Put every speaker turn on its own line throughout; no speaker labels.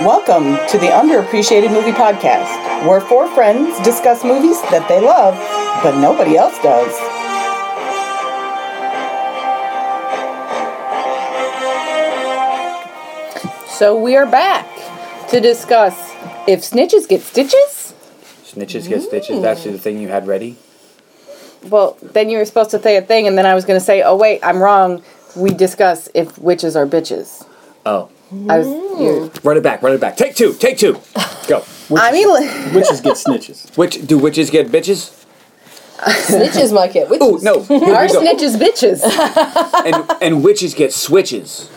Welcome to the Underappreciated Movie Podcast, where four friends discuss movies that they love, but nobody else does.
So we are back to discuss if snitches get stitches.
Snitches get stitches. That's the thing you had ready.
Well, then you were supposed to say a thing, and then I was going to say, "Oh wait, I'm wrong." We discuss if witches are bitches.
Oh,
I was. you-
run it back. Run it back. Take two. Take two. Go.
I mean, li-
Witches get snitches.
Which do witches get bitches?
Snitches might get witches.
Oh no. Here
our
we go.
snitches bitches.
And, and witches get switches.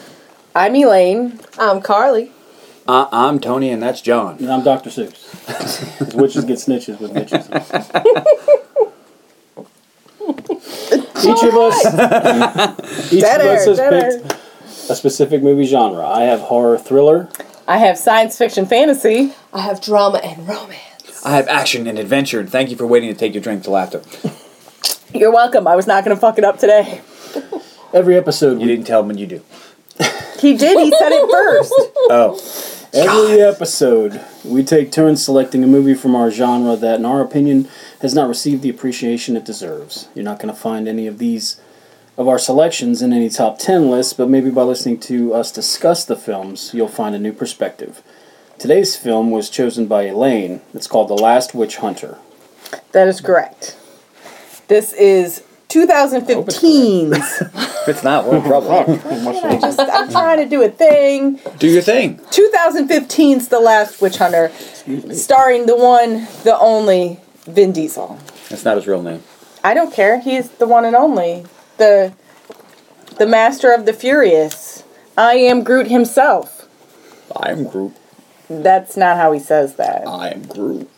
I'm Elaine.
I'm Carly.
Uh, I'm Tony, and that's John.
And I'm Dr. Seuss. Witches get snitches with bitches. Each of us, each
Dead
of
air,
us has
dead
picked a specific movie genre. I have horror thriller.
I have science fiction fantasy.
I have drama and romance.
I have action and adventure, and thank you for waiting to take your drink to laughter.
You're welcome. I was not going to fuck it up today.
Every episode,
You
we,
didn't tell me you do.
He did. He said it first.
Oh,
every episode, we take turns selecting a movie from our genre that, in our opinion, has not received the appreciation it deserves. You're not going to find any of these of our selections in any top 10 list, but maybe by listening to us discuss the films, you'll find a new perspective. Today's film was chosen by Elaine. It's called The Last Witch Hunter.
That is correct. This is 2015's.
if it's not, what a problem.
I just, I'm trying to do a thing.
do your thing.
2015's The Last Witch Hunter, starring the one, the only Vin Diesel.
That's not his real name.
I don't care. He is the one and only, the the master of the furious. I am Groot himself.
I am Groot.
That's not how he says that.
I am Groot.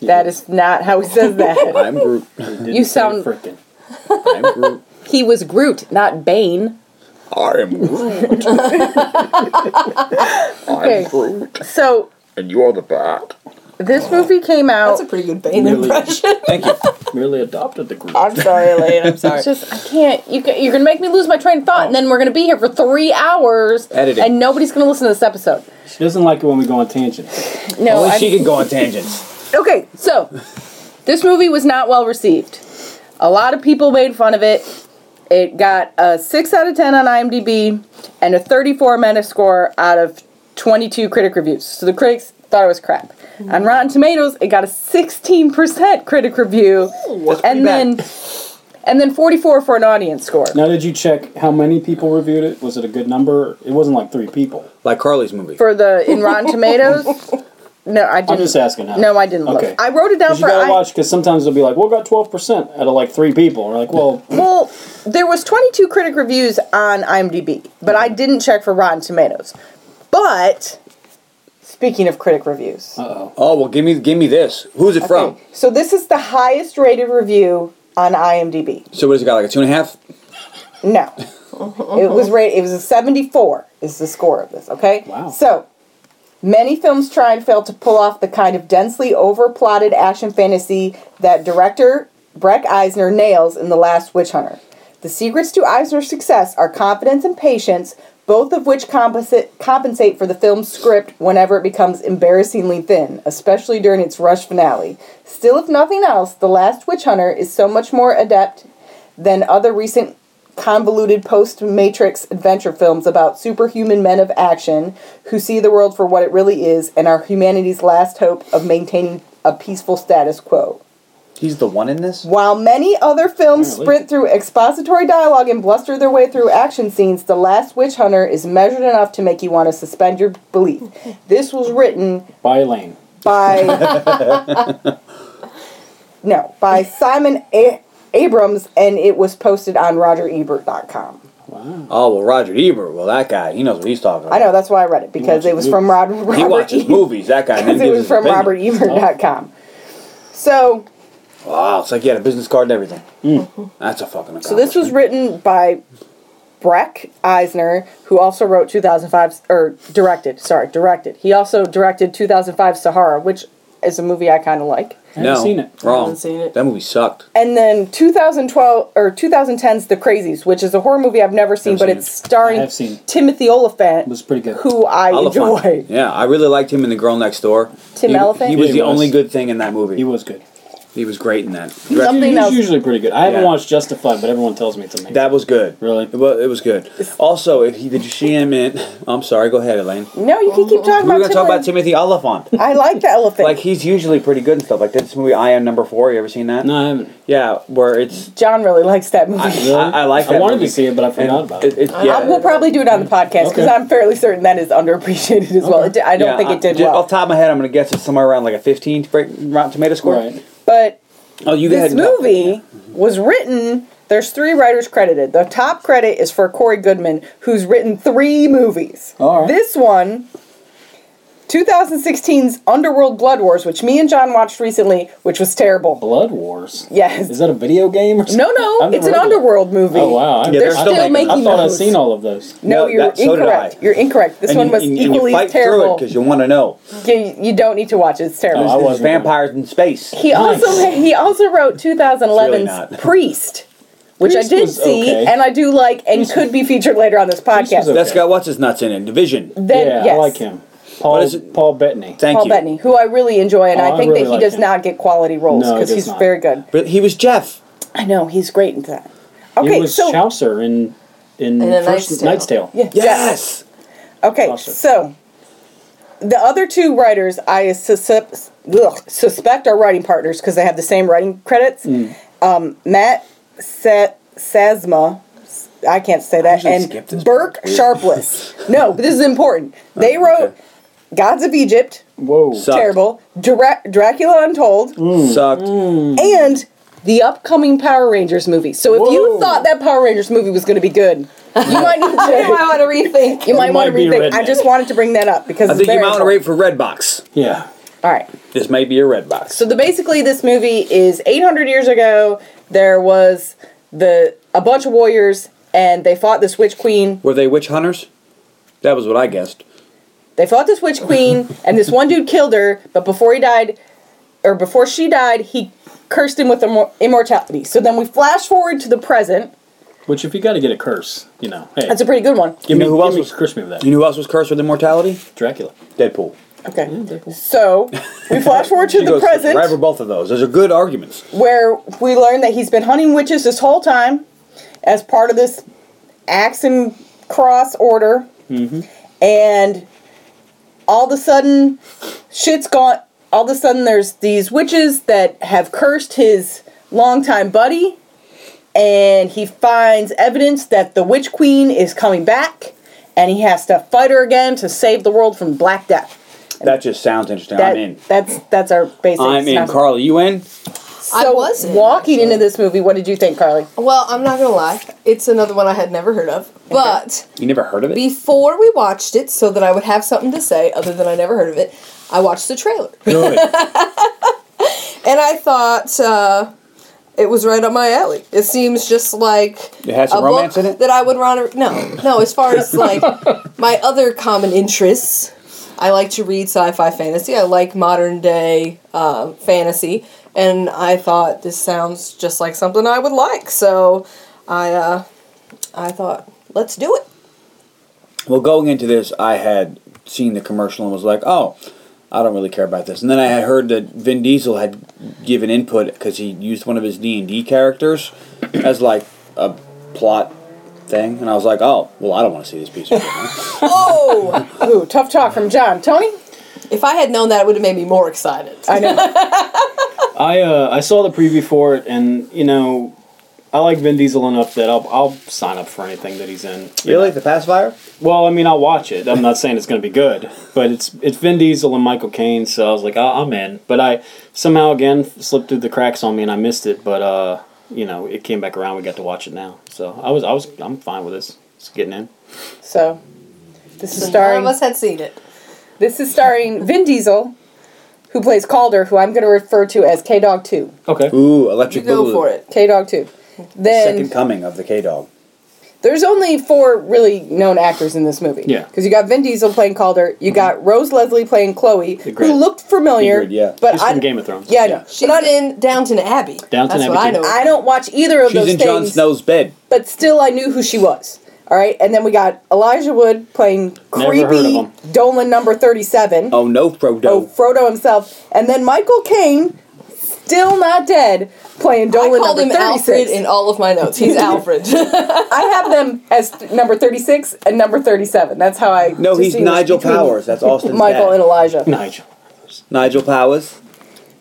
That is not how he says that.
I am Groot.
You sound-
freaking.
I am Groot.
he was Groot, not Bane.
I am
Okay.
Groot. Groot.
So
And you're the bat.
this movie came out.
That's a pretty good Bane
Really?
impression.
Thank you.
Oh,
Merely adopted the group.
I'm sorry, Elaine. I'm sorry. It's just I can't. You ca- you're gonna make me lose my train of thought, and then we're gonna be here for three hours,
Editing.
and nobody's gonna listen to this episode.
She doesn't like it when we go on tangents.
No,
Only
I'm-
she can go on tangents.
Okay, so this movie was not well received. A lot of people made fun of it. It got a 6 out of 10 on IMDb and a 34 Metascore out of 22 critic reviews. So the critics thought it was crap. On Rotten Tomatoes, it got a 16% critic review and then and then 44 for an audience score.
Now, did you check how many people reviewed it? Was it a good number? It wasn't like three people.
Like Carly's movie.
For the in Rotten Tomatoes, no, I didn't.
I'm just asking how.
No, I didn't
Okay.
look. I wrote it down
'Cause you
for
gotta
I-
watch, because sometimes it'll be like, well, got 12% out of like three people. We're like, well,
Well, there was 22 critic reviews on IMDb, but I didn't check for Rotten Tomatoes. But speaking of critic reviews,
Oh well, give me give me this. Who's it from?
so this is the highest rated review on IMDb.
So what has it got? Like a two and a half?
No, it was rated. It was a 74. Is the score of this okay?
Wow.
So. Many films try and fail to pull off the kind of densely overplotted action fantasy that director Breck Eisner nails in The Last Witch Hunter. The secrets to Eisner's success are confidence and patience, both of which composi- compensate for the film's script whenever it becomes embarrassingly thin, especially during its rush finale. Still, if nothing else, The Last Witch Hunter is so much more adept than other recent convoluted post Matrix adventure films about superhuman men of action who see the world for what it really is and are humanity's last hope of maintaining a peaceful status quo.
He's the one in this.
While many other films
Apparently.
sprint through expository dialogue and bluster their way through action scenes, The Last Witch Hunter is measured enough to make you want to suspend your belief. This was written
by Elaine.
by no by Simon A- Abrams, and it was posted on RogerEbert.com.
Oh well, Roger Ebert. Well, that guy, he knows what he's talking about.
I know that's why I read it because
watches
it was from Rob- Robert.
He watches
E-
movies. That guy. and then
because it
gives
was
his
from E.
opinion.
RobertEbert.com. So,
Wow, it's like he had a business card and everything. That's a fucking.
so this was written by Breck Eisner, who also wrote 2005 or directed. Sorry, directed. He also directed 2005 Sahara, which is a movie I kind of like.
I haven't seen it.
Wrong.
Haven't seen it.
That movie sucked.
And then 2012 or 2010's The Crazies, which is a horror movie I've never seen,
Never
but
seen
it's
it.
starring
I've seen it.
Timothy Oliphant,
It was pretty good.
who I
Oliphant.
enjoy.
Yeah, I really liked him in The Girl Next Door.
Tim
he,
Elephant?
He was
He
the
was.
only good thing in that movie.
He was good.
He was great in that.
Something
He's
else.
usually pretty good. I haven't
Yeah.
watched Justified, but everyone tells me it's amazing.
That was good.
Really?
It was, it was good. Also, if he did you see him in? I'm sorry. Go ahead, Elaine.
No, you can keep
We
talking
were
about,
gonna talk about
Timothy.
Timothy Oliphant.
I like the elephant.
like he's usually pretty good and stuff. Like this movie, I Am Number Four. You ever seen that?
no, I haven't.
Yeah, where it's
John really likes that movie.
I,
Really?
I, I like.
I
That
wanted
movie.
to see it, but I forgot
And
about it.
it's- yeah.
Um, we'll probably do it on the podcast because
Okay.
I'm fairly certain that is underappreciated as well. It di- I don't
Yeah,
think
I- oh.
it did
ju-
well.
Off the top of my head, I'm gonna guess it's somewhere around like a 15 break, Rotten Tomato score.
Right.
but
Oh, you
this
guys.
movie was written. There's three writers credited. The top credit is for Corey Goodman, who's written three movies.
All right.
This one, 2016's Underworld Blood Wars, which me and John watched recently, which was terrible.
Blood Wars.
Yes.
Is that a video game or something?
No, no,
I've
it's an
never heard of it.
Underworld movie.
Oh wow! I,
Yeah, they're
I
still
thought-
making
I thought I've
those.
seen all of those.
No,
No,
you're
that- so did
incorrect.
I.
you're incorrect. This
And
one
you-
was
and you-
equally
and you fight
terrible.
because you want to know.
you, you don't need to watch it. It's terrible.
I
This is
wasn't gonna-
vampires in space.
He
Oh, Nice.
also he also wrote 2011's
not.
Priest, which
Priest
I did
was
see
okay.
and I do like and could be featured later on this podcast.
was okay.
That's got what's his nuts in it. Division.
Then
yeah,
yes,
I like him. Paul
is it?
Paul Bettany.
Thank
Paul
you.
Bettany, who I really enjoy, and
Oh,
I
I
think
really
that he
like
does
him.
not get quality roles
No, he
because
does
he's
not.
very good.
But he was Jeff.
I know he's great into that.
He
Okay,
was
so
Chaucer in in
In A
first
Knight's Tale.
Knight's Tale.
yeah,
Yes.
Okay,
Awesome.
so the other two writers I susp- ugh, suspect are writing partners because they have the same writing credits.
Mm.
Um, Matt Sa- Sasma, I can't say that,
usually skip this
and Burke
part. Weird.
Sharpless. no, Oh, but this is important. They wrote
okay.
Gods of Egypt,
Whoa!
Sucked. Mm.
terrible, Mm. Dra- Dracula Untold,
Sucked.
and the upcoming Power Rangers movie. So if you
Whoa.
thought that Power Rangers movie was going to be good, you might need
I
to.
want to rethink.
You might want to
might be a
rethink. I
redneck.
just wanted to bring that up because
I
it's
think you
very
might want to
important.
rate for Redbox.
Yeah.
All right.
This may be a Redbox.
So the basically this movie is 800 years ago. There was the a bunch of warriors and they fought this witch queen.
Were they witch hunters? That was what I guessed.
They fought this witch queen and this one dude killed her, but before he died or before she died, he cursed him with immor- immortality. So then we flash forward to the present.
Which, if you got to get a curse, you know, hey,
That's a pretty good one.
You know who else
give me,
was
curse me with that?
You know who else was cursed with immortality?
Dracula.
Deadpool.
Okay. So we flash forward to
She
the
goes
present.
Right for both of those. Those are good arguments.
where we learn that he's been hunting witches this whole time as part of this axe and cross order.
Mm-hmm.
And all of a sudden, shit's gone. All of a sudden, there's these witches that have cursed his longtime buddy. And he finds evidence that the witch queen is coming back. And he has to fight her again to save the world from Black Death.
That just sounds interesting.
That,
I'm in.
That's that's our basic.
I'm in.
synopsis.
Carly, you in?
I
So
was in,
walking into this movie. What did you think, Carly?
Well, I'm not gonna lie. It's another one I had never heard of. But
You never heard of it?
before we watched it, so that I would have something to say other than I never heard of it, I watched the trailer.
Good.
And I thought uh, it was right up my alley. It seems just like
It has some
a book
romance in it?
that I would run. No, no. As far as like my other common interests, I like to read sci-fi fantasy. I like modern day uh, fantasy, and I thought this sounds just like something I would like. So I, uh, I thought let's do it.
Well, going into this, I had seen the commercial and was like, oh, I don't really care about this. And then I had heard that Vin Diesel had given input because he used one of his D and D characters as like a plot thing, and I was like, oh, well, I don't want to see this piece. of shit.
Oh!
Ooh, tough talk from John. Tony?
if I had known that, it would have made me more excited.
I know.
I uh, I saw the preview for it, and you know, I like Vin Diesel enough that I'll I'll sign up for anything that he's in.
really, the pacifier?
Well, I mean, I'll watch it. I'm not saying it's going to be good, but it's it's Vin Diesel and Michael Caine, so I was like, oh, I'm in. But I somehow again slipped through the cracks on me, and I missed it. But uh, you know, it came back around. We got to watch it now, so I was I was I'm fine with this. It's getting in.
so, this is
None
starring
of us had seen it.
this is starring Vin Diesel, who plays Calder, who I'm going to refer to as K Dog Two.
Okay.
Ooh, electric
Go
boogaloo.
for it.
K Dog Two. Then
Second coming of the K Dog.
There's only four really known actors in this movie.
Yeah.
Because you got Vin Diesel playing Calder, you got Rose Leslie playing Chloe,
Grid.
who looked familiar.
The Grid, yeah.
But
She's
I,
from Game of Thrones.
Yeah, I
Yeah.
know.
She's
but I,
in Downton Abbey.
Downton
That's
Abbey
what I
too.
know.
I don't watch either of
She's
those
in
things.
Jon Snow's bed.
But still, I knew who she was. All right, and then we got Elijah Wood playing
Never heard of
creepy
him.
Dolan number thirty-seven.
Oh
Oh,
no, Frodo.
Frodo himself, and then Michael Caine, still not dead, playing
I
Dolan
called him
number
Alfred
thirty-six.
in all of my notes. He's Alfred.
I have them as th- number thirty-six and number thirty-seven. That's how I.
No, he's
distinguish
Nigel
between
Powers. That's Austin's
Michael
dad.
and Elijah,
Nigel.
Nigel Powers.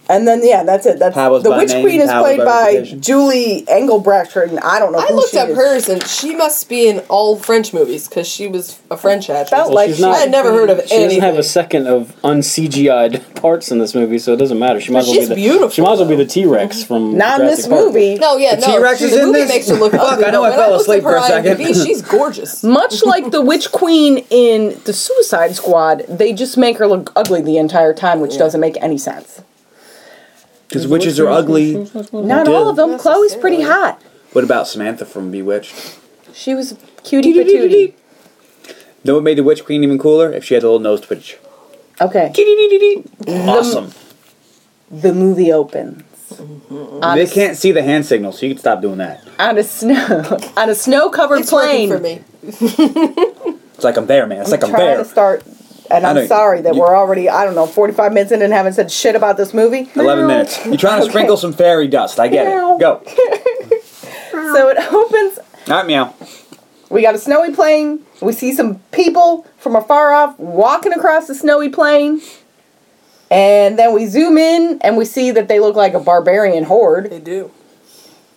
and then yeah, that's it. That's
Powers
the
by
Witch
name,
Queen is
Powers
played
by
by
reputation.
Julie Engelbrecht, and I don't know.
I
who
looked
she
up
is.
hers, and she must be in all French movies because she was a French actress.
Felt like
she's
she
not-
I had never heard of
She
anything.
doesn't have a second of un-CGI'd parts in this movie, so it doesn't matter. She might as well
she's
be the
beautiful,
she might as well be the T-Rex from
not in this
Jurassic Park.
movie.
no, yeah, no.
T-Rex
she-
is
the
in
movie
this?
makes her look
Fuck,
ugly,
I know
but
I
when
fell
looked up
asleep
her
for a second.
IMDb, She's gorgeous.
Much like the Witch Queen in the Suicide Squad, they just make her look ugly the entire time, which doesn't make any sense.
Because witches are ugly.
Not all of them. Chloe's pretty
Necessarily.
hot.
What about Samantha from Bewitched?
She was cutie patootie.
Know what made the Witch Queen even cooler? If she had a little nose twitch.
Okay.
Awesome.
The movie opens
Mm-hmm.
on
They
a,
can't see the hand signal, so you can stop doing that.
on a snow on a snow covered
It's working for
plane.
me.
It's like I'm there, man. It's like I'm
Trying
there.
to start, and
I
I'm
don't-
sorry that
you-
we're already I don't know 45 minutes in and haven't said shit about this movie.
11 minutes. You're trying to sprinkle some fairy dust. I get
Meow.
it. Go.
So it opens.
All right, meow.
We got a snowy plain. We see some people from afar off walking across the snowy plain. And then we zoom in and we see that they look like a barbarian horde.
They do.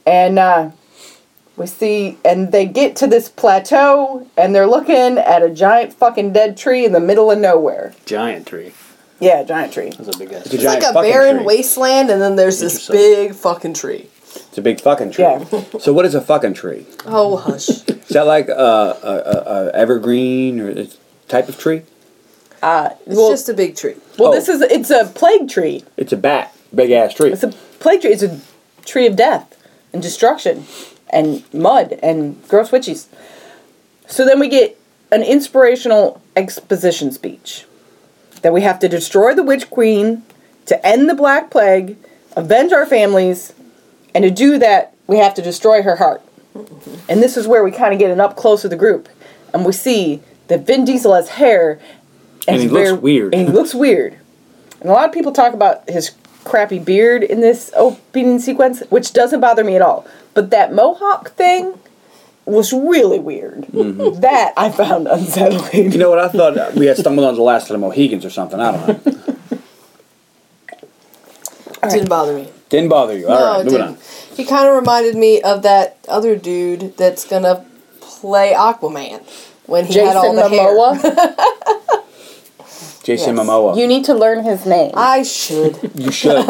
And uh, we see, and they get to this plateau and they're looking at a giant fucking dead tree in the middle of nowhere.
Giant tree.
Yeah, giant tree.
That's a big ass.
It's a
It's
giant
like a
fucking
barren
tree.
wasteland, and then there's this
Interesting.
big fucking tree.
It's a big fucking tree.
Yeah.
So what is a fucking tree?
Oh, hush.
Is that like a, a, a, a evergreen or a type of tree?
It's
Well-
just a big tree.
Well,
Oh.
this is, it's a plague tree.
It's a bat. Big ass tree.
It's a plague tree. It's a tree of death and destruction and mud and gross witches. So then we get an inspirational exposition speech that we have to destroy the witch queen to end the black plague, avenge our families, and to do that we have to destroy her heart. And this is where we kind of get an up close of the group, and we see that Vin Diesel has hair,
And he
he's
looks
very-
weird.
And he looks weird. And a lot of people talk about his crappy beard in this opening sequence, which doesn't bother me at all. But that mohawk thing was really weird.
Mm-hmm.
That I found unsettling.
you know what? I thought we had stumbled on the last of the Mohegans or something. I don't know.
It didn't bother me.
Didn't bother you. All
no,
right,
it
moving
didn't. Oh, He kind of reminded me of that other dude that's gonna play Aquaman when he had all
Jason
the hair.
Momoa.
on. Jason
Yes.
Momoa.
You
You,
need to learn his name.
I should.
should.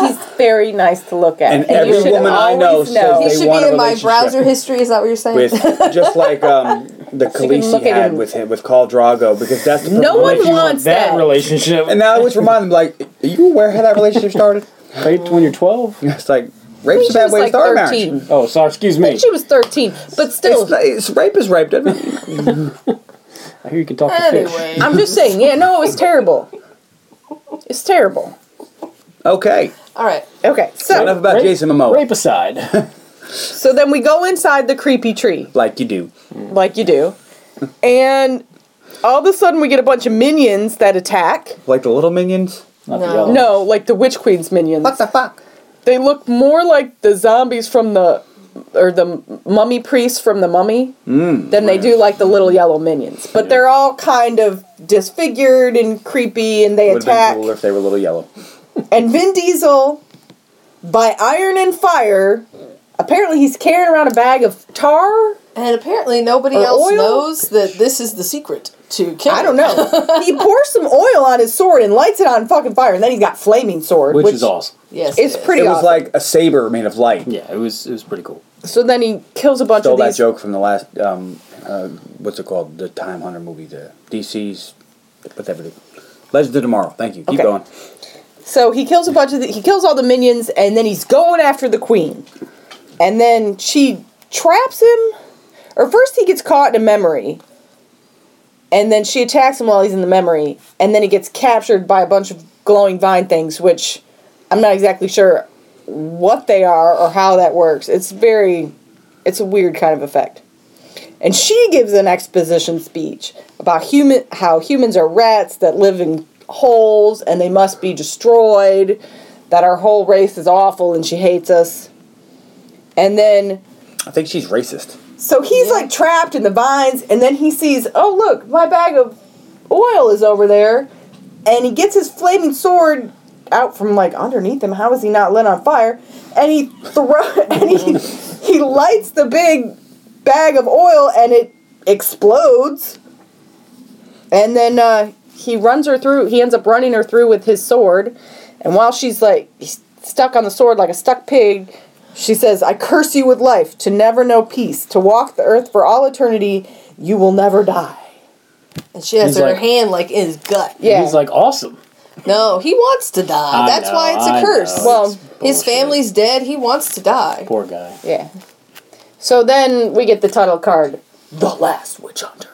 He's very nice to look at.
And every
you should
woman I
always
know says
He
They
should
want
be
a
in my
relationship.
browser history. Is that what you're saying?
with just like um, the Khaleesi
look at
had
him.
with him with Khal Drago because that's the
No one
perfect-
You want
wants
that,
that.
relationship.
And now I always remind them like, are you aware how that relationship started?
Raped when you're 12?
It's like rape's
She
a bad
was
way to
like
start
13.
marriage.
Oh, sorry, excuse me.
She was 13, but still,
It's, it's rape is rape. doesn't it?
I hear you can talk to fish.
anyway,
I'm just saying. Yeah, no, it was terrible. It's terrible.
Okay,
all right.
Okay,
enough
so
about
Rape-
Jason Momoa.
Rape aside.
so then we go inside the creepy tree.
Like you do.
like you do. And all of a sudden, we get a bunch of minions that attack.
Like the little minions.
Not
No.
the yellow.
No, like the Witch Queen's minions.
What the fuck?
They look more like the zombies from the, or the mummy priests from the mummy, than they do like the little yellow minions. But they're all kind of disfigured and creepy, and they
Would have
attack.
been cooler if they were little yellow.
And Vin Diesel, by iron and fire, apparently he's carrying around a bag of tar.
And apparently nobody
Or
else
oil?
knows that this is the secret to killing.
I don't know. he pours some oil on his sword and lights it on fucking fire, and then he's got flaming sword,
Which, is awesome.
Yes,
It's
it is.
pretty-
It was
awesome.
like a saber made of light.
Yeah, it was it was pretty cool.
So then he kills a bunch
Stole
of
that
these.
joke from the last um, uh, what's it called? The Time Hunter movie, the DC's whatever. The, Legends of Tomorrow. Thank you. Keep
Okay.
going.
So he kills a bunch of the, he kills all the minions, and then he's going after the queen, and then she traps him, Or first he gets caught in a memory, and then she attacks him while he's in the memory, and then he gets captured by a bunch of glowing vine things, which I'm not exactly sure what they are or how that works. It's very, it's a weird kind of effect. And she gives an exposition speech about human how humans are rats that live in holes and they must be destroyed, that our whole race is awful and she hates us. And then
I think she's racist.
so he's like trapped in the vines, and then he sees, oh look, my bag of oil is over there, and he gets his flaming sword out from like underneath him. How is he not lit on fire? And he throw and he he lights the big bag of oil, and it explodes. And then uh, he runs her through. He ends up running her through with his sword, and while she's like he's stuck on the sword like a stuck pig, she says, I curse you with life, to never know peace, to walk the earth for all eternity. You will never die.
And she has
He's
her
like-
hand like in his gut.
Yeah. Uh,
He's like, awesome.
No, he wants to die.
I
That's
know,
why it's a
I
curse.
know.
Well,
It's
his
bullshit.
family's dead. He wants to die.
Poor guy.
Yeah. So then we get the title card.
The last witch hunter.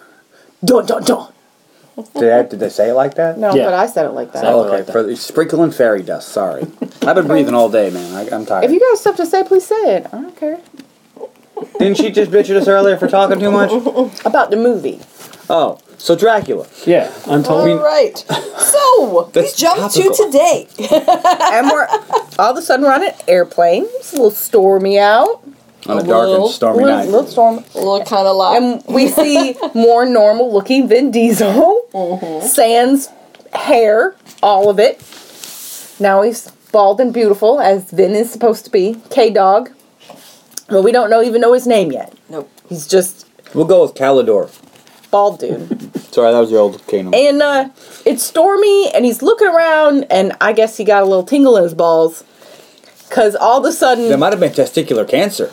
Dun dun dun.
Did they, did they say it like that?
No,
Yeah.
but I said it like that.
Oh,
So-
okay. For, sprinkling fairy dust. Sorry, I've been breathing all day, man. I, I'm tired.
if you got stuff to say, please say it. I don't care.
Didn't she just bitch at us earlier for talking too much?
About the movie.
Oh, so Dracula.
Yeah, untold.
All right. So we
That's
jump to
topical.
today.
and we're all of a sudden we're on an airplane. It's a little stormy out.
On a,
A
dark
little-
and stormy
little,
night.
little storm.
a little kind of lot.
And we see more normal looking Vin Diesel. Sans hair, all of it. Now he's bald and beautiful, as Vin is supposed to be. K Dog. But we don't know even know his name yet.
nope.
He's just
We'll go with Calidor.
bald dude.
Sorry, that was your old Kano.
and uh, it's stormy, and he's looking around, and I guess he got a little tingle in his balls. Because all of a
That
sudden,
might have been testicular cancer.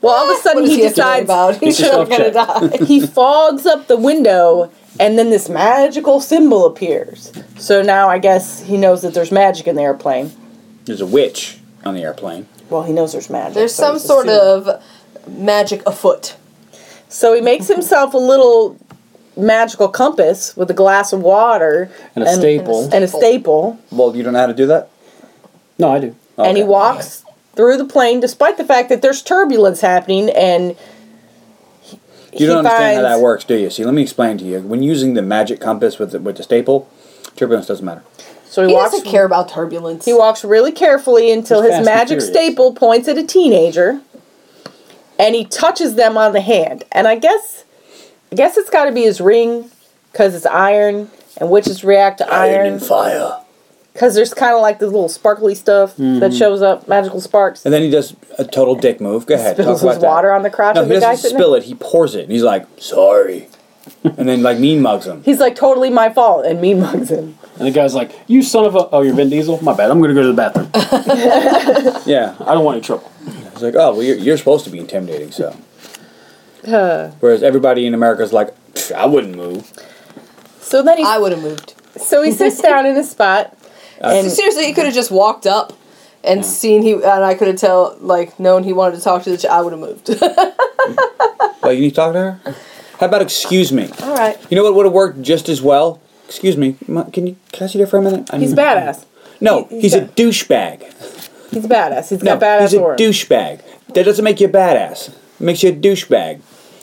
well, all of a
What
sudden
does
he
have to worry
decides
about? He's
just
not gonna die.
he fogs up the window and then this magical symbol appears so now i guess he knows that there's magic in the airplane
There's a witch on the airplane.
well he knows there's magic
There's
so
some
he's
sort
assuming.
of magic afoot.
so he makes himself a little magical compass with a glass of water
And a staple.
and a staple
Well, you don't know how to do that?
No, I do.
and he
Okay.
walks through the plane despite the fact that there's turbulence happening and
You
he
don't understand how
finds-
that works, do you? See, let me explain to you. When using the magic compass with the, with the staple, turbulence doesn't matter.
so he,
He
walks
doesn't care about turbulence.
He walks really carefully until
He's
his
fast and
magic
furious.
staple points at a teenager, and he touches them on the hand. And I guess, I guess it's got to be his ring, cause it's iron, and witches react to iron,
fire.
cause there's kind of like this little sparkly stuff that shows up, magical sparks.
Mm-hmm. And then he does a total dick move. Go ahead.
spills
talk
his
about that.
water on the crotch
No,
of
he
the guy
doesn't
sitting.
spill
there.
it. He pours it. And he's like, sorry. and then, like, mean mugs him.
He's like totally my fault, and mean mugs him.
And the guy's like, "You son of a! Oh, you're Vin Diesel. My bad. I'm gonna go to the bathroom.
Yeah.
I don't want any trouble."
It's like, oh, well, you're, you're supposed to be intimidating, so. Whereas everybody in America's like, "Psh, I wouldn't move.
So then he,
I would have moved.
so he sits down in his spot, and
Seriously, he could have just walked up and seen he, and I could have tell like known he wanted to talk to the. Ch- I would have moved.
Well, you need to talk to her? How about excuse me?
All right.
You know what would have worked just as well? Excuse me. ma- Can you can I sit here for a minute? I
he's
need-
badass.
No,
he- he's
he's, a
bad.
douchebag.
He's badass. He's
No,
got badass
he's a
aura.
douchebag. That doesn't make you a badass. It makes you a douchebag.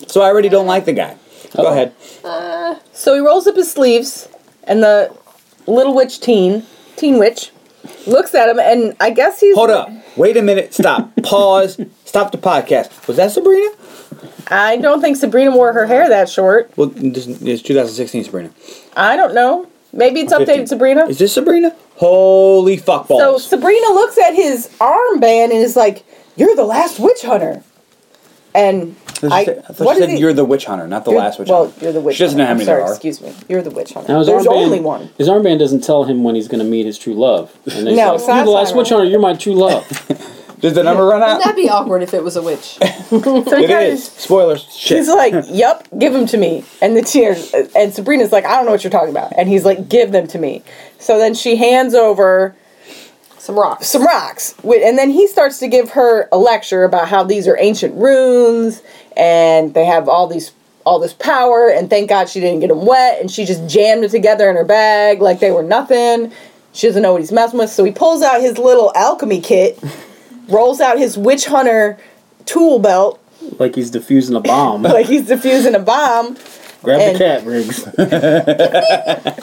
So I already don't like the guy. Go ahead.
So he rolls up his sleeves, and the little witch teen, teen witch, looks at him, and I guess he's.
Hold up. Wait a minute. Stop. Pause. Stop the podcast. Was that Sabrina?
I don't think Sabrina wore her hair that short.
Well, this is 2016 Sabrina.
I don't know. Maybe it's updated
15.
Sabrina.
Is this Sabrina? Holy
So
fuckballs.
Sabrina looks at his armband and is like, "You're the last witch hunter." And
I,
I, what
thought you
is
said
he-
you're the witch hunter, not the
you're-
last witch
Well,
hunter.
you're the witch.
She doesn't know
hunter.
how
I'm
many
sorry,
there are.
excuse me. You're the witch hunter.
Now his
There's
armband,
only one.
His armband doesn't tell him when he's gonna meet his true love. And he's
No,
like,
so
you're
that's
the last
not
witch
right.
hunter. You're my true love.
Did the number run out?
That'd be awkward if it was a witch.
So he
It
kinda
is. Spoilers. Shit.
He's like, "Yep, give them to me." And the tears, and Sabrina's like, "I don't know what you're talking about." And he's like, "Give them to me." So then she hands over
Some rocks.
some rocks, wi- and then he starts to give her a lecture about how these are ancient runes
and they have all these all this power and thank god she didn't get him wet and she just jammed it together in her bag like they were nothing she doesn't know what he's messing with so he pulls out his little alchemy kit rolls out his witch hunter tool belt
Like he's defusing a bomb.
like he's defusing a bomb
Grab
and-
the cat, Riggs.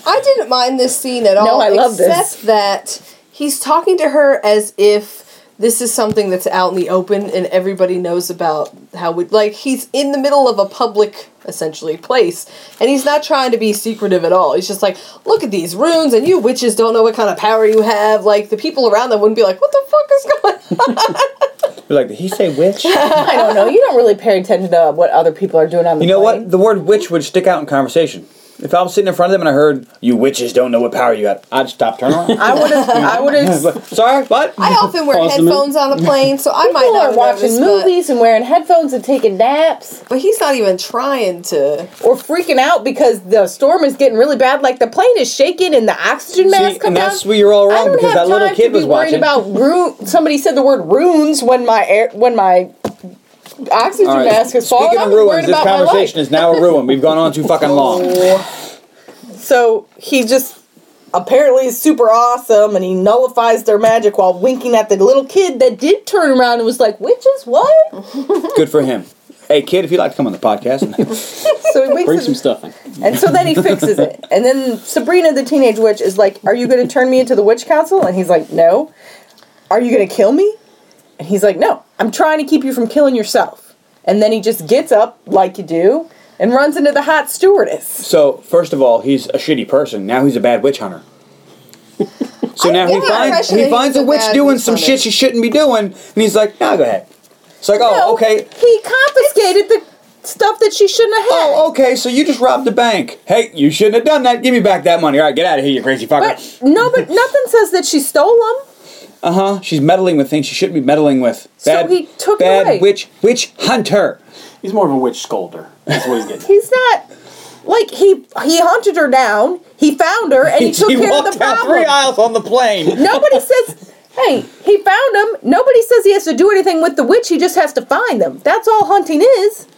I didn't mind this scene at all.
I love this.
Except that he's talking to her as if this is something that's out in the open and everybody knows about how we like he's in the middle of a public essentially place and he's not trying to be secretive at all he's just like look at these runes and you witches don't know what kind of power you have like the people around them wouldn't be like what the fuck is going on
Be like, did he say witch?
i don't know you don't really pay attention to what other people are doing on the
You know
plane.
what? The word witch would stick out in conversation. If I'm sitting in front of them and I heard, you witches don't know what power you got, I'd stop turning around.
i would have i would have
Sorry, what?
I often wear
Pause the movie.
headphones on the plane, so I might
People
not
are
have
watching
noticed, but-
movies and wearing headphones and taking naps
but he's not even trying to.
or freaking out because the storm is getting really bad. Like the plane is shaking and the oxygen mask
See,
comes
and that's
down.
where you're all
I
wrong
don't
because
have
that little
time to
kid
be
was
worried
watching.
about rune. Somebody said the word runes when my air, when my oxygen
All right,
mask is falling.
Speaking
I
of
was worried
ruins, this
about my life.
conversation
Oh.
is now a ruin. We've gone on too fucking long.
So he just apparently is super awesome and he nullifies their magic while winking at the little kid that did turn around and was like, "Witches, what?"
Good for him. Hey, kid, if you'd like to come on the podcast,
So he winks.
Bring
at
some stuffing.
And so then he fixes it. And then Sabrina, the teenage witch, is like, Are you going to turn me into the witch council? And he's like, No. Are you going to kill me? And he's like, No, I'm trying to keep you from killing yourself. And then he just gets up, like you do, and runs into the hot stewardess.
so first of all, he's a shitty person. Now he's a bad witch hunter. So
I
now he
get the
finds
impression
he
that
finds
he's
a
a
witch
bad
doing
witch
some
hunter.
shit she shouldn't be doing, and he's like, "No, go ahead." It's like, "Oh, okay,
He confiscated the stuff that she shouldn't have had.
Oh, okay, so you just robbed the bank. Hey, you shouldn't have done that. Give me back that money. All right, get out of here, you crazy fucker.
But no, but nothing says that she stole them.
Uh huh. She's meddling with things she shouldn't be meddling with.
So he took it
bad
away.
witch, witch hunter.
He's more of a witch scolder. That's what he's getting. at.
He's not. Like he he hunted her down, he found her, and he took care
walked
of the
down
problem.
three aisles on the plane.
Nobody says, hey, he found them. Nobody says he has to do anything with the witch. He just has to find them. That's all hunting is.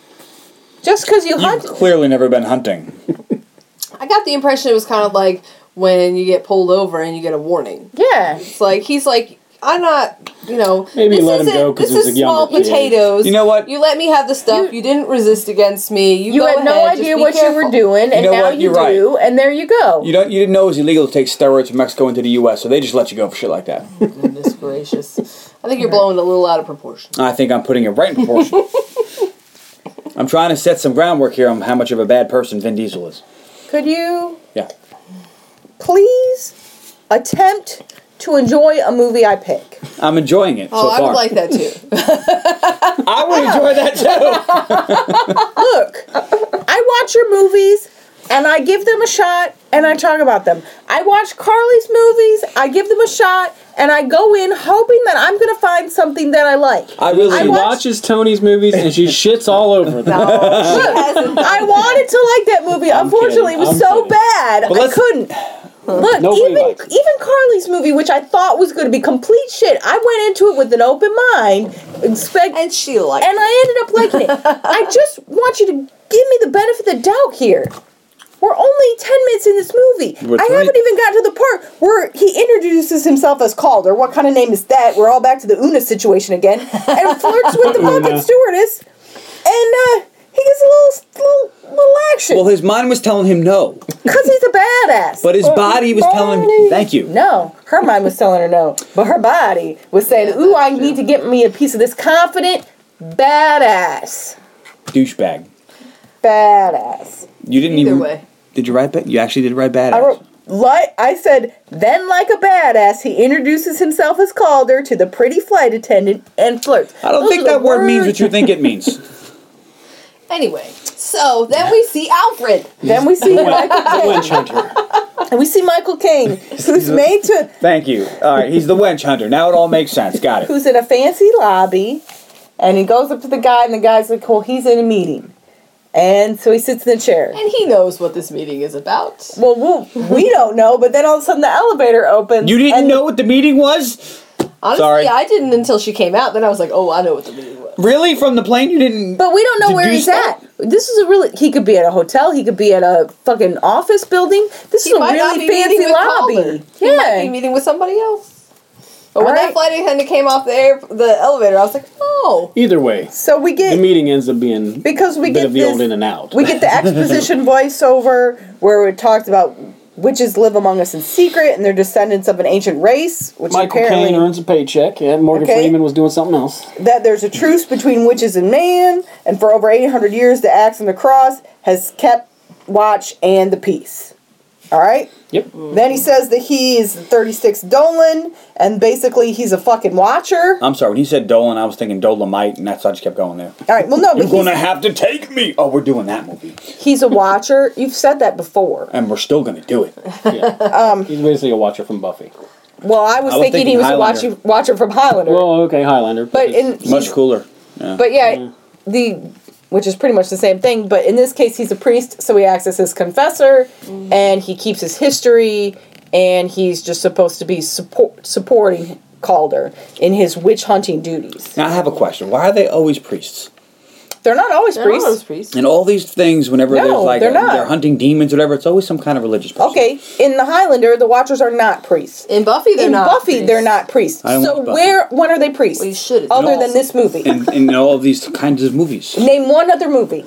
Just because you
You've
hunt.
clearly never been hunting.
I got the impression it was kind of like when you get pulled over and you get a warning.
Yeah.
It's like he's like, I'm not, you know,
Maybe
this
let him
isn't-
go 'cause
this
he was
is
a younger
small
kid."
potatoes.
You know what?
You let me have the stuff. You, didn't resist against me. You,
You
go
had no
ahead, just
idea
be
what you
careful.
were doing, and
know
now
what?
you
You're right.
do, and there you go.
You don't. You didn't know it was illegal to take steroids from Mexico into the U.S., so they just let you go for shit like that.
Goodness gracious! I think you're blowing it a little out of proportion.
I think I'm putting it right in proportion. I'm trying to set some groundwork here on how much of a bad person Vin Diesel is.
Could you
Yeah.
please attempt to enjoy a movie I pick?
I'm enjoying it
Oh,
so
I
far.
would like that too.
I would enjoy that too.
Look, I watch your movies. And I give them a shot and I talk about them. I watch Carly's movies, I give them a shot, and I go in hoping that I'm gonna find something that I like.
I really
She
watched-
watches Tony's movies and she shits all over them.
No, she
Look,
hasn't.
I wanted to like that movie. Unfortunately, it was
kidding, I'm
so
kidding.
bad I
let's-
couldn't. Look,
Nobody
even
likes it.
even Carly's movie, which I thought was going to be complete shit, I went into it with an open mind, expect, and,
and she liked. it.
I ended up liking it. I just want you to give me the benefit of the doubt here. We're only ten minutes in this movie.
We're
I
20
haven't even gotten to the part where he introduces himself as Calder. What kind of name is that? We're all back to the Una situation again, and flirts with the fucking stewardess, and uh, he gets a little little, little action.
Well, his mind was telling him no,
Because he's a badass.
but his body was telling him, "Thank you."
No, her mind was telling her no, but her body was saying,
Yeah,
"Ooh, I
that's
need to get me a piece of this confident badass,
douchebag.
badass."
You didn't
Either
even.
way.
Did you write? Ba- you actually did write badass.
I wrote, like I said, then like a badass, he introduces himself as Calder to the pretty flight attendant and flirts.
I don't
Those
think
are the
that word means
words-
what you think it means.
Anyway, so then we see Alfred.
Then we see Michael,
Witch hunter.
and we see Michael Caine, who's made to
Thank you. All right, he's the wench hunter. Now it all makes sense. Got it.
who's in a fancy lobby, and he goes up to the guy, and the guy's like, "Well, he's in a meeting," and so he sits in the chair.
And he knows what this meeting is about.
Well, we'll we don't know, but then all of a sudden the elevator opens.
You didn't
and
know what the meeting was?
Honestly,
Sorry.
I didn't until she came out. Then I was like, oh, I know what the meeting was.
Really? From the plane? You didn't.
But we don't know
Did
where
you
he's
stop?
at. This is a really. He could be at a hotel. He could be at a fucking office building. This is a
might not
really
be
fancy
meeting with Calder.
lobby.
He might be
Yeah.
meeting with somebody else. But when
Alright.
that flight attendant came off the air, the elevator, I was like, oh.
Either way,
So we
the
get
meeting ends up being
because we
a
get
bit of the
this,
old in and out.
we get the exposition voiceover where it talks about witches live among us in secret and they're descendants of an ancient race, which
Michael
apparently
Caine earns a paycheck, and Morgan
Okay.
Freeman was doing something else.
that there's a truce between witches and man, and for over 800 years, the axe and the cross has kept watch and the peace. All right.
Yep.
Then he says that he is 36 Dolan, and basically he's a fucking watcher.
I'm sorry. When he said Dolan, I was thinking Dolomite, and that's why I just kept going there.
All right. Well, no, but
You're
he's,
gonna have to take me. Oh, we're doing that movie,
He's a watcher. You've said that before.
and we're still gonna do it.
Um,
He's basically a watcher from Buffy.
Well, I was,
I was
thinking, he
thinking
was a
Highlander.
watcher, watcher from Highlander.
Well, okay, Highlander.
but in
Much
he's-
cooler.
But yeah, the which is pretty much the same thing. But in this case, he's a priest, so he acts as his confessor, and he keeps his history, and he's just supposed to be support supporting Calder in his witch hunting duties.
Now I have a question. Why are they always priests?
They're not always
Oh,
priests.
And all these things, whenever
No,
there's like
they're
a-
not.
they're hunting demons, or whatever, it's always some kind of religious person.
okay. In the Highlander, the watchers are not priests.
In Buffy, they're
in
not.
Buffy,
priests.
they're not priests.
I don't
So
watch Buffy.
where when are they priests?
Well, you should.
Other
No.
than this movie,
In, in all of these kinds of movies.
name one other movie.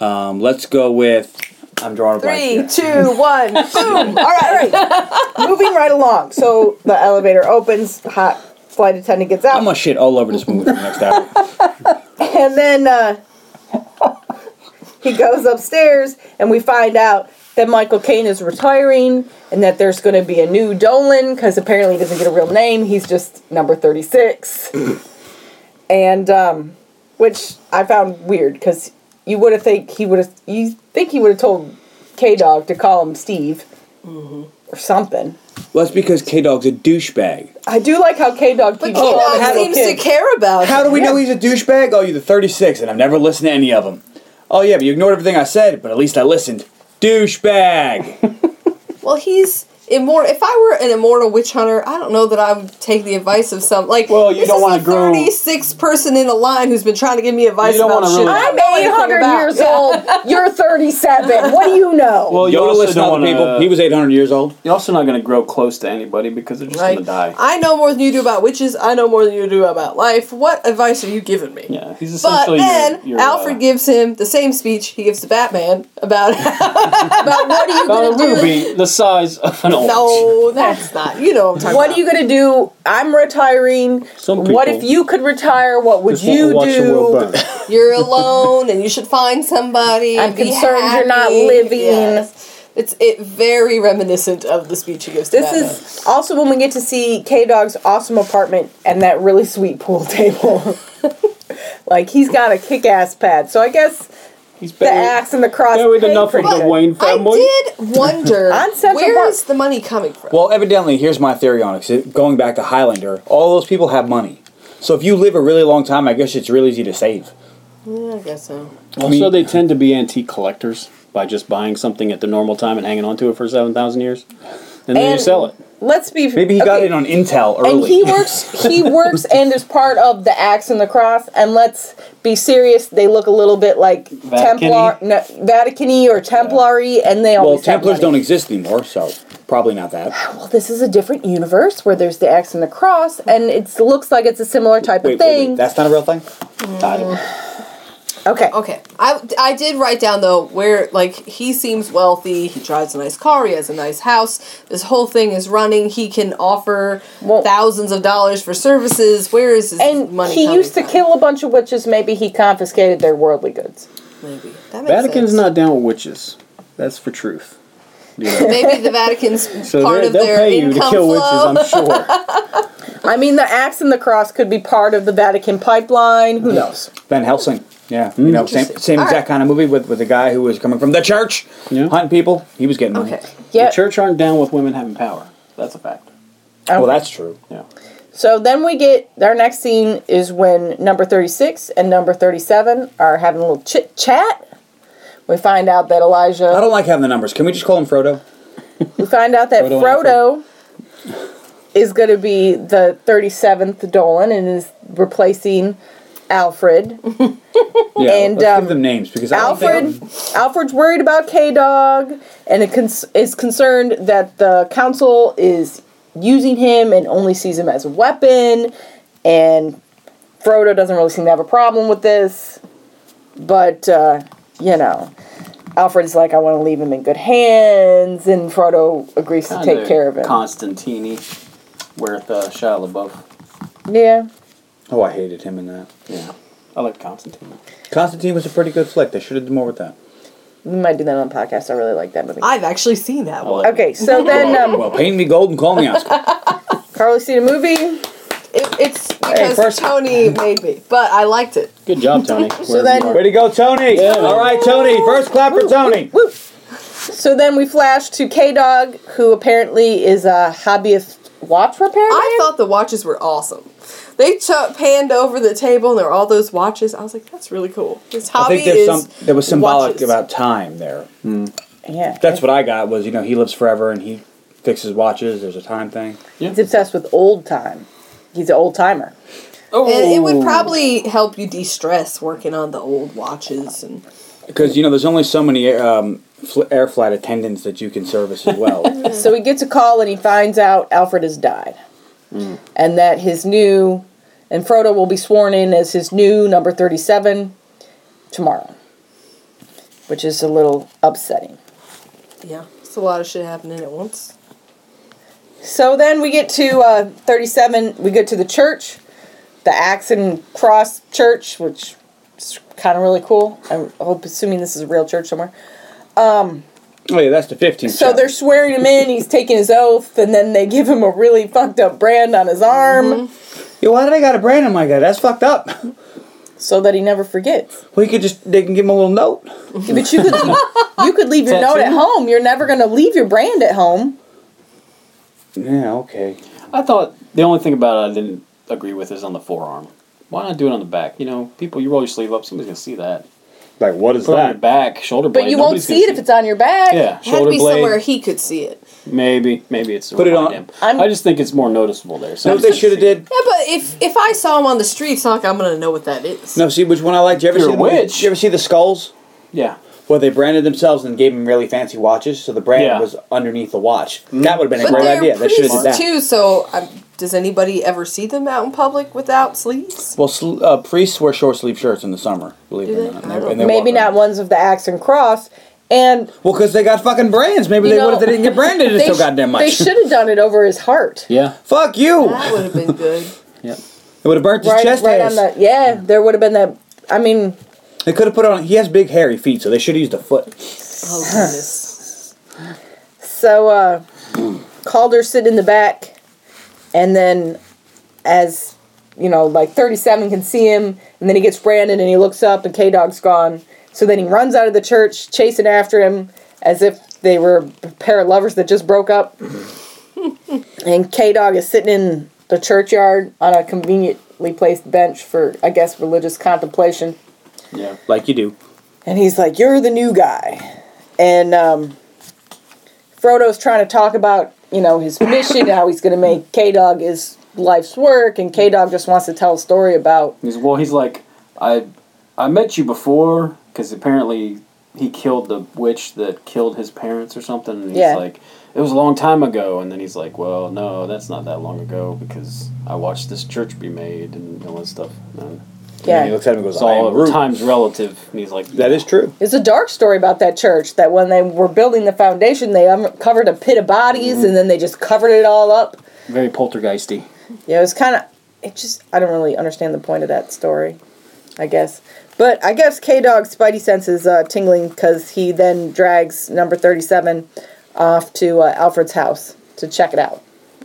Um, let's go with. I'm drawing a blank.
Three,
here.
two, one, boom.
All right, all right. Moving right along. So the elevator opens. Hot flight attendant gets out,
I'm gonna shit all over this movie for the next hour.
and then uh, he goes upstairs, and we find out that Michael Caine is retiring, and that there's going to be a new Dolan because apparently he doesn't get a real name. He's just number thirty six, and um, which I found weird because you would have think he would have you think he would have told K Dog to call him Steve or something.
Well, that's because K Dog's a douchebag.
I do like how K Dog
But
keeps calling
K-Dog
him
seems to
kid.
care about
How
it.
do we know he's a douchebag? Oh, you're the 36, and I've never listened to any of them. Oh, yeah, but you ignored everything I said, but at least I listened. Douchebag!
Well, he's immortal. If I were an immortal witch hunter, I don't know that I would take the advice of some like.
Well, you
this
don't
is
wanna
the
grow-
Thirty-six person in a line who's been trying to give me advice
You don't
about
wanna
shit.
ruin
I
it.
don't know anything about.
old. You're 37. What do you know?
well,
Yoda listened to other people. He was 800 years old.
You're also not going to grow close to anybody because they're just
Like,
going to die.
I know more than you do about witches. I know more than you do about life. What advice are you giving me?
yeah, he's
But
essentially
then
your, your,
Alfred
uh,
gives him the same speech he gives to Batman about about what are you
about
gonna
a
do?
ruby the size of an orange.
No, that's not. You know what I'm talking
what
about.
are you going to do? I'm retiring.
Some
what if
people
you could retire? What would
just want
you
to watch the
do?
world burn.
You're alone, and you should find somebody.
I'm
and be
concerned you're not
happy.
living.
Yes. It's it very reminiscent of the speech he gives. To
This is also when we get to see K Dog's awesome apartment and that really sweet pool table. like, he's got a kick ass pad. So I guess
He's
the
buried,
axe and the cross.
buried
paid
enough
for
of the
good.
Wayne
Batman.
family.
I did wonder
On Central
where
Park.
is the money coming from?
Well, evidently, here's my theory on it. 'cause it- Going back to Highlander, all those people have money. So if you live a really long time, I guess it's really easy to save.
yeah, I guess so.
Also, they tend to be antique collectors by just buying something at the normal time and hanging on to it for 7,000 years. And then you
And-
sell it.
Let's be
Maybe he got
okay.
in on Intel
And
early.
he works. He works and is part of the axe and the cross. And let's be serious; they look a little bit like Templar,
Vatican-y?
no, Vatican-y or Templary, and they
well,
always have
Templars don't
money.
exist anymore, so probably not that.
Well, this is a different universe where there's the axe and the cross, and it looks like it's a similar type
Wait,
of
wait,
thing.
wait, that's not a real thing? I don't know.
okay.
Okay, I, I did write down though where like he seems wealthy. He drives a nice car. He has a nice house. This whole thing is running. He can offer
Well-
thousands of dollars for services. Where is his
And
money?
he
coming
used to
from?
kill a bunch of witches. Maybe he confiscated their worldly goods.
Maybe that makes
Vatican's
sense.
not down with witches. That's for truth. You know?
Maybe the Vatican's
So
part
they,
of
they'll
their
pay you
income
to kill
flow.
witches, I'm sure.
I mean, the axe and the cross could be part of the Vatican pipeline. Who knows?
Van Helsing. Yeah, you know, same, same
All
exact
right.
kind of movie with with a guy who was coming from the church,
Yeah.
hunting people. He was getting money.
Okay.
Yeah.
The church aren't down with women having power. That's a fact.
Well, that's true.
Yeah.
So then we get our next scene is when number 36 and number 37 are having a little chit chat. We find out that
I
Elijah,
don't like having the numbers. Can we just call him Frodo?
we find out that
Frodo and
Frodo is going to be the 37th Dolan and is replacing Alfred.
Yeah,
And,
let's
um,
give them names because I don't
Alfred
think
Alfred's worried about K Dog and it cons- is concerned that the council is using him and only sees him as a weapon and Frodo doesn't really seem to have a problem with this but uh, you know Alfred's like I want to leave him in good hands and Frodo agrees to take care of him.
Constantini, with uh, Shia LaBeouf.
yeah.
oh, I hated him in that.
Yeah, I like Constantine.
Constantine was a pretty good flick. They should have done more with that.
We might do that on the podcast. I really like that movie.
I've actually seen that one.
okay, so then
Well,
um,
well, paint me gold and call me Oscar.
Carly seen a movie.
It, it's because
first-
Tony made me, but I liked it.
Good job, Tony. so
then-
Way to go, Tony! All right, Tony. First clap for Tony.
So then we flash to K Dog, who apparently is a hobbyist watch repairman.
I thought the watches were awesome. They took panned over the table and there were all those watches. I was like, that's really cool. His
I
hobby
think there's
is
some there was symbolic
watches.
about time there.
yeah,
That's what I got was you know he lives forever and he fixes watches. There's a time thing.
he's obsessed with old time. He's an old timer.
And it
Oh.
would probably help you de stress working on the old watches and
Because you know, there's only so many um, fl- air flight attendants that you can service as well.
So he gets a call and he finds out Alfred has died, and that his new and Frodo will be sworn in as his new number thirty-seven tomorrow, which is a little upsetting.
yeah. It's a lot of shit happening at once.
So then we get to uh, 37, we get to the church, the Axe and Cross Church, which is kind of really cool. I hope, assuming this is a real church somewhere.
oh yeah, that's the 15th.
So they're swearing him in, he's taking his oath, and then they give him a really fucked up brand on his arm
Mm-hmm. Yo, why did I got a brand him like that? That's fucked up.
so that he never forgets.
We could just they can give him a little note.
But you could leave, you could leave your note at home. You're never going to leave your brand at home.
Yeah, okay.
I thought the only thing about it I didn't agree with is on the forearm. Why not do it on the back? You know, people, you roll your sleeve up, somebody's gonna see that.
Like what is
Put it on your back, shoulder blade.
But you won't
nobody's gonna
see it if it's on your back.
yeah,
It had to
shoulder
be
blade.
somewhere he could see it.
Maybe, maybe it's
Put it on-
Him.
I'm-
I just think it's more noticeable there.
No, they should have did.
Yeah, but if if I saw him on the street, it's not like I'm gonna know what that is.
No, see which one I like. Did you ever
You're
see
a
the movie-
witch.
Did you ever see the skulls?
Yeah,
Where they branded themselves and gave him really fancy watches, so the brand
Yeah.
was underneath the watch. That would have been a
But
great
they're
idea. They should have
priests
did that.
too. So um, does anybody ever see them out in public without sleeves?
Well, sl- uh, priests wear short sleeve shirts in the summer, believe it
they?
or not.
I don't-
they
Maybe
walk
not
around.
ones of the Axe and Cross. And
Well, because they got fucking brands. Maybe
You
they would
know,
if they didn't get branded. It's so
sh-
goddamn much.
They should have done it over his heart.
yeah,
Fuck you.
That would have been good.
It would have burnt his
Right,
chest
right on
hairs. Mm.
the yeah. There would have been that. I mean,
They could have put on. He has big hairy feet, so they should have used a foot.
Oh goodness.
so uh, Calder sit in the back, and then as you know, like thirty seven can see him, and then he gets branded, and he looks up, and K Dog's gone. So then he runs out of the church, chasing after him as if they were a pair of lovers that just broke up. and K Dog is sitting in the churchyard on a conveniently placed bench for, I guess, religious contemplation.
yeah.
Like you do.
And he's like, You're the new guy. And um, Frodo's trying to talk about, you know, his mission, how he's going to make K Dog his life's work. And K Dog just wants to tell a story about.
He's, well, he's like, I, I met you before because apparently he killed the witch that killed his parents or something. And he's
Yeah.
like, it was a long time ago. And then he's like, well, no, that's not that long ago because I watched this church be made and all this stuff. And
And he
Yeah.
looks at him and goes,
it's
"I
all
am rude."
times relative. And he's like,
That is true.
It's a dark story about that church that when they were building the foundation, they uncovered a pit of bodies
Mm-hmm.
and then they just covered it all up.
very poltergeisty.
Yeah, it was kind of. It just. I don't really understand the point of that story, I guess. But I guess K Dog's spidey sense is uh, tingling because he then drags number 37 off to uh, Alfred's house to check it out.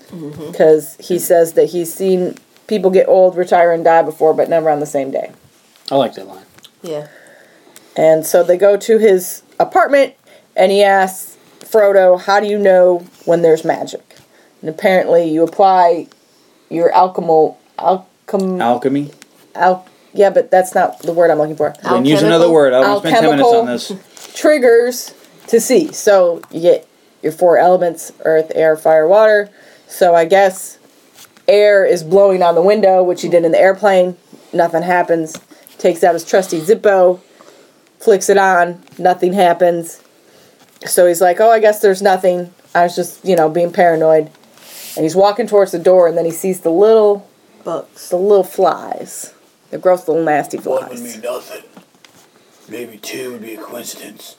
Because he says that he's seen people get old, retire, and die before, but never on the same day.
I like that line.
Yeah.
And so they go to his apartment and he asks Frodo, How do you know when there's magic? And apparently you apply your alchemal. Alchem-
Alchemy.
Al- yeah, but that's not the word I'm looking for.
Then use another
Alchemical-
word. I want to spend ten minutes on this.
Alchemical. Triggers to see. So you get your four elements earth, air, fire, water. So I guess air is blowing on the window, which you did in the airplane.
Nothing happens. Takes out his trusty Zippo, flicks it on. Nothing happens. So he's like, "Oh, I guess there's nothing. I was just, you know, being paranoid." And he's walking towards the door, and then he sees the little
Bugs.
the little flies, the gross little nasty
One would
flies.
mean nothing. Maybe two would be a coincidence.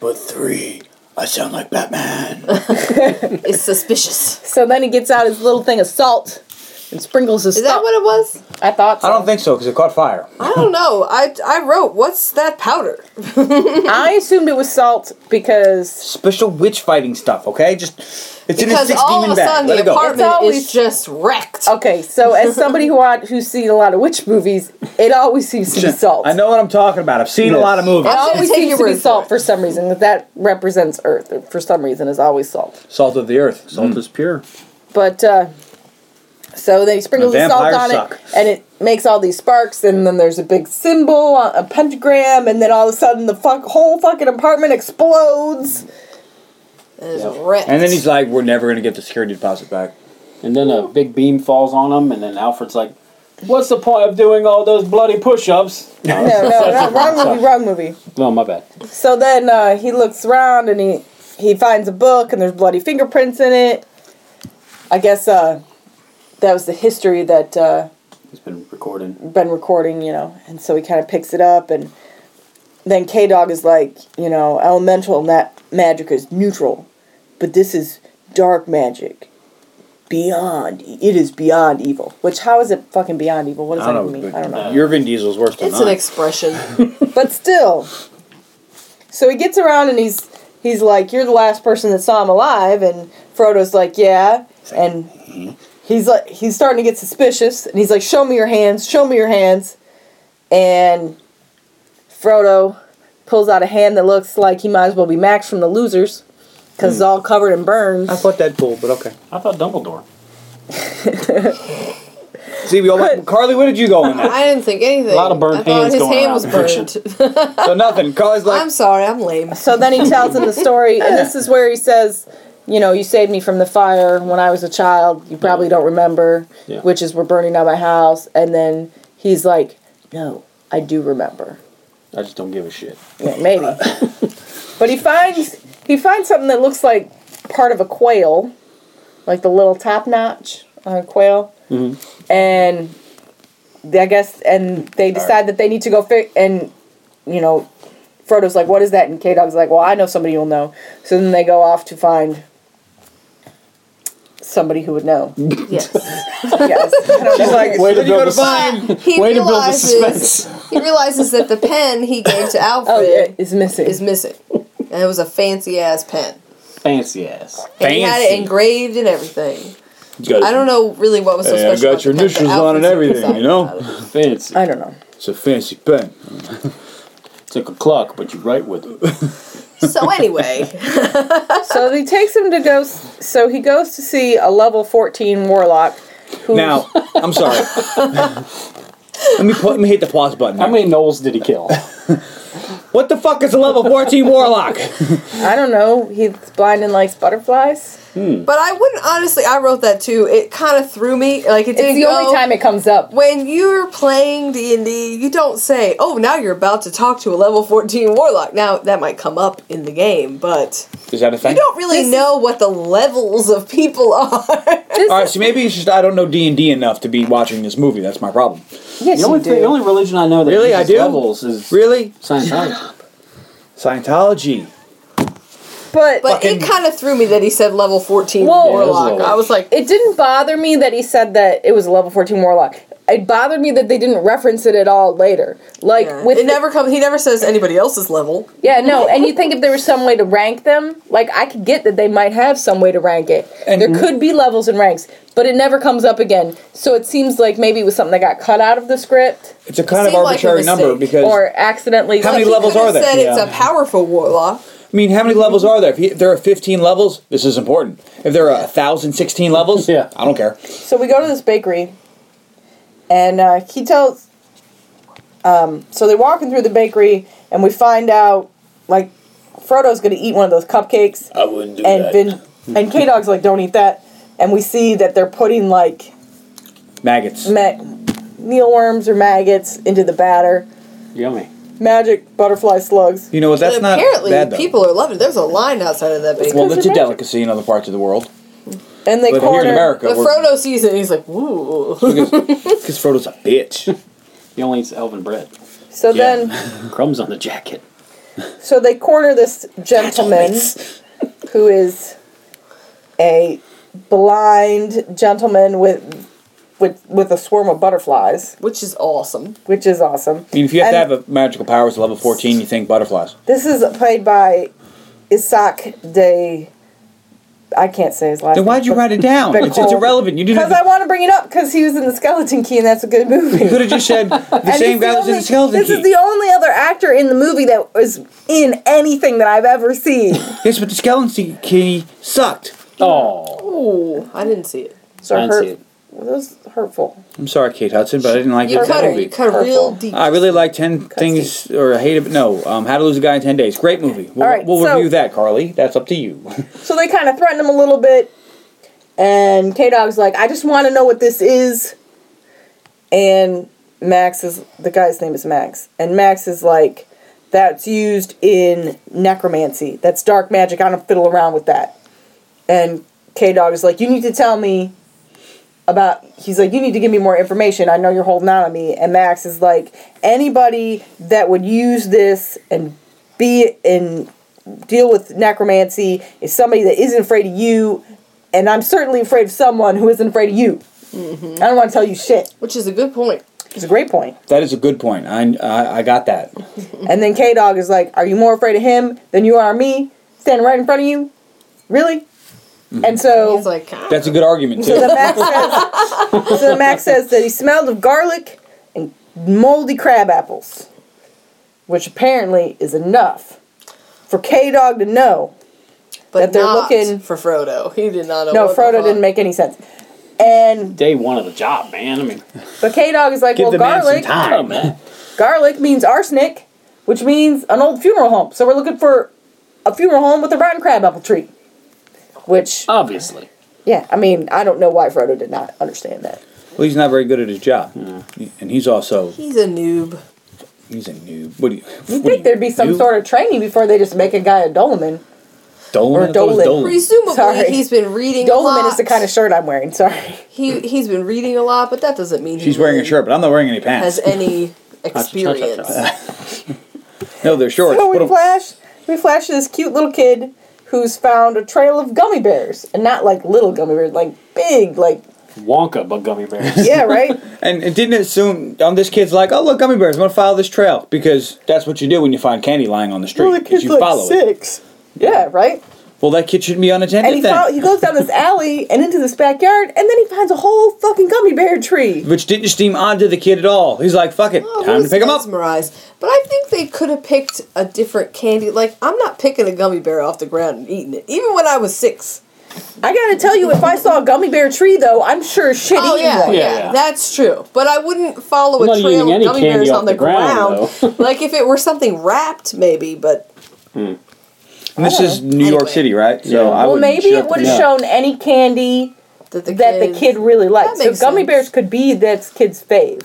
But three, I sound like Batman.
It's suspicious.
So then he gets out his little thing of salt and sprinkles his.
Is that
salt-
what it was?
I thought? So.
I don't think so because it caught fire.
I don't know. I, I wrote, what's that powder?
I assumed it was salt because
Special witch fighting stuff. Okay, just it's in a
Because
six
all of
demon
a
bag.
sudden
Let it
the
go.
apartment
It's always-
is just wrecked.
okay. So as somebody who wa- who's seen a lot of witch movies, it always seems to be salt.
I know what I'm talking about. I've seen a
Yes.
lot of movies.
It
I'm gonna
always
take
seems
your
to be
word for
salt
it.
for some reason. That that represents Earth for some reason is always salt.
Salt of the earth.
Salt is pure.
But uh, so they sprinkle the
And
salt on
vampires
it,
suck.
and it makes all these sparks. And then there's a big symbol, a pentagram, and then all of a sudden the fuck whole fucking apartment explodes.
It is wrecked.
And then he's like, "We're never gonna get the security deposit back."
And then a big beam falls on him, and then Alfred's like, "What's the point of doing all those bloody push-ups?" No,
No,
it's-
no, no wrong movie, wrong movie.
no, my bad.
So then uh, he looks around and he he finds a book and there's bloody fingerprints in it. I guess uh, that was the history that. Uh,
He's been recording.
been recording, you know, and so he kind of picks it up, and then K Dog is like, you know, elemental na- magic is neutral, but this is dark magic, beyond. It is beyond evil. Which how is it fucking beyond evil? What does
I
that
don't
even
know.
mean? I don't know.
Your Vin Diesel's worse than
it's an
mine.
expression.
But still, so he gets around and he's he's like, "You're the last person that saw him alive," and Frodo's like, "Yeah," and he's like, he's starting to get suspicious, and he's like, "Show me your hands, show me your hands," and Frodo pulls out a hand that looks like he might as well be Max from The Losers, because
Hmm.
it's all covered in burns.
I thought Deadpool, but okay.
I thought Dumbledore.
See, we all like, Carly. Where did you go in that?
I didn't think anything. A
lot of burnt
I thought
hands
his
going
hand
around
was
in fiction.
burned.
So nothing. Carly's like,
I'm sorry, I'm lame.
So then he tells him the story, and this is where he says, "You know, you saved me from the fire when I was a child. You probably don't remember,
Yeah.
which is we're burning down my house." And then he's like, "No, I do remember.
I just don't give a shit.
Yeah, maybe." but he finds he finds something that looks like part of a quail, like the little top notch on a quail,
Mm-hmm.
and they- I guess and they decide that they need to go fix and you know Frodo's like, what is that? And K Dog's like, well, I know somebody who'll know. So then they go off to find somebody who would know.
Yes.
yes. I don't know.
like,
Way
where
to
did you go
build
to
a-
find?
He
Way to build the
realizes
suspense.
he realizes that the pen he gave to Alfred
Oh, yeah, it's missing.
is missing. And it was a fancy ass pen.
Fancy ass.
And he had it
Fancy.
engraved and everything. I don't know really what was so
Hey, I
special.
got
about
your
the pen, but
initials on it and
Alfred's
everything, you
excited
know?
about it.
Fancy.
I don't know.
It's a fancy pen.
Took a clock, but you write with it.
So anyway,
So he takes him to go. s- So he goes to see a level fourteen warlock. Who
Now, I'm sorry. let me put, let me hit the pause button.
How many Knowles did he kill?
What the fuck is a level 14 warlock?
I don't know. He's blind and likes butterflies.
but I wouldn't honestly. I wrote that too. It kind of threw me. Like it didn't
It's the
go.
only time it comes up.
when you're playing D and D, you don't say, "Oh, now you're about to talk to a level 14 warlock." Now that might come up in the game, but
Is that a thing?
you don't really know what the levels of people are.
All right, so maybe it's just I don't know D and D enough to be watching this movie. That's my problem.
Yes,
The only,
you
thing, the
do.
only religion I know that
Really, I
uses
do?
levels is
Really,
Scientology.
Scientology.
But,
but it
Fucking-
kind of threw me that he said level 14
Well- Yeah, it was
warlock.
lower.
I was like,
it didn't bother me that he said that it was a level fourteen warlock. It bothered me that they didn't reference it at all later. Like
yeah.
with
it never comes. He never says anybody else's level.
Yeah, no. And you think if there was some way to rank them, like I could get that they might have some way to rank it.
And-
there could be levels and ranks, but it never comes up again. So it seems like maybe it was something that got cut out of the script
It's a kind of
Seemed like a
arbitrary number
mistake.
because
or accidentally.
How many
He
levels
could've
are there?
Said
Yeah.
it's a powerful warlock.
I mean, how many levels are there? If, you, if there are 15 levels, this is important. If there are 1,016 levels,
Yeah.
I don't care.
So we go to this bakery, and uh, he tells. Um, so they're walking through the bakery, and we find out, like, Frodo's gonna eat one of those cupcakes,
I wouldn't do
and
that.
Vin, and K Dog's like, "Don't eat that." And we see that they're putting like
Maggots.
ma- mealworms or maggots into the batter.
Yummy.
Magic butterfly slugs.
You know what? That's
and
not
apparently
bad though.
people are loving it. There's a line outside of that baby.
well, that's a
magic.
delicacy in other parts of the world,
And they
but here in
corner.
the
America, we're-
Frodo sees it. and He's like, "Ooh,
because, because Frodo's a bitch.
He only eats elven bread.
So
Yeah.
then,
Crumbs on the jacket.
so they corner this gentleman who is a blind gentleman with with with a swarm of butterflies,
which is awesome."
which is awesome.
I mean, if you have
And-
to have a magical powers at level fourteen, you think butterflies.
This is played by Isaac de. I can't say his last.
Then why'd you write it down?
But
It's, it's
cold.
irrelevant. You didn't.
Because
Have
I
to,
want to bring it up because he was in the Skeleton Key and that's a good movie.
you could have just said the
And
same
he's the
guy was
only-
in the skeleton
This
key.
is the only other actor in the movie that was in anything that I've ever seen.
yes, but the skeleton key sucked.
Oh,
Ooh, I didn't see it.
So
I didn't
hurt,
see it.
well, that was hurtful.
I'm sorry, Kate Hudson, but I didn't like
You
it in
cut
that
her. You
movie.
cut her real deep.
I really like Ten Things or I Hate It. No, um, How to Lose a Guy in Ten Days. Great movie. We'll,
All right,
we'll
so-
review that, Carly. That's up to you.
So they kind of threatened him a little bit, and K Dog's like, "I just want to know what this is," and Max is the guy's name is Max, and Max is like, "That's used in necromancy. That's dark magic. I don't fiddle around with that." And K Dog is like, "You need to tell me about he's like you need to give me more information i know you're holding on to me and max is like anybody that would use this and be and deal with necromancy is somebody that isn't afraid of you and i'm certainly afraid of someone who isn't afraid of you
Mm-hmm.
i don't want to tell you shit
Which is a good point.
it's a great point
that is a good point. I I, I got that.
Mm-hmm.
and then k-dog is like are you more afraid of him than you are of me standing right in front of you really and so
He's like, "Ah."
That's a good argument
So
too.
the Mac says. so the Mac says that he smelled of garlic and moldy crab apples, which apparently is enough for K Dog to know.
but
that they're
not
looking-
for Frodo. He did not know.
No,
Oh, what the
Frodo
fuck.
didn't make any sense. And
day one of the job, man. I mean,
but K Dog is like,
Give
well,
the man some
garlic,
time.
oh, man.
garlic means arsenic, which means an old funeral home. So we're looking for a funeral home with a rotten crab apple tree. Which,
Oh. obviously.
yeah, I mean, I don't know why Frodo did not understand that.
Well, he's not very good at his job, and he's also
He's a noob.
he's a noob. What do you?
You'd think there'd be some sort of training before they just make a guy a Doleman.
of Dolan?
or
I thought it was
Dolan.
Presumably,
Sorry.
he's been reading. a lot.
Doleman is the kind of shirt I'm wearing. Sorry.
he he's been reading a lot, but that doesn't mean he
She's wearing a
really
shirt, but I'm not wearing any
Has
pants.
any
Touch, touch, touch, touch.
experience?
No, they're shorts.
So
What
we
a-
flash, we flash to this cute little kid who's found a trail of gummy bears, and not like little gummy bears, like big, like
Wonka, but gummy bears.
yeah, right.
And it didn't assume um, this kid's like, oh look, gummy bears. I'm gonna follow this trail because that's what you do when you find candy lying on the street.
well, the
is
kid's
you
like
follow it.
six. Yeah, right.
Well, that kid shouldn't be unattended
And he
then.
follow, he goes down this alley and into this backyard, and then he finds a whole fucking gummy bear tree.
which didn't seem odd to the kid at all. He's like, fuck it,
Oh,
time to pick him up.
mesmerized. But I think they could have picked a different candy. Like I'm not picking a gummy bear off the ground and eating it, even when I was six.
I gotta tell you, if I saw a gummy bear tree, though, I'm sure shit
Oh
eating
yeah, yeah,
one.
yeah.
that's true. But I wouldn't follow
I'm
a
not
trail
eating
of
any
gummy
candy
bears
off
on
the
the ground.
ground,
like if it were something wrapped, maybe. But
And this is New York
Anyway.
City, right? So
Yeah.
I
Well,
wouldn't
maybe
shut
it would
them
have
up.
shown any candy
that the
that
kid,
the kid really likes.
That
So
makes
gummy
sense.
bears could be that kid's fave.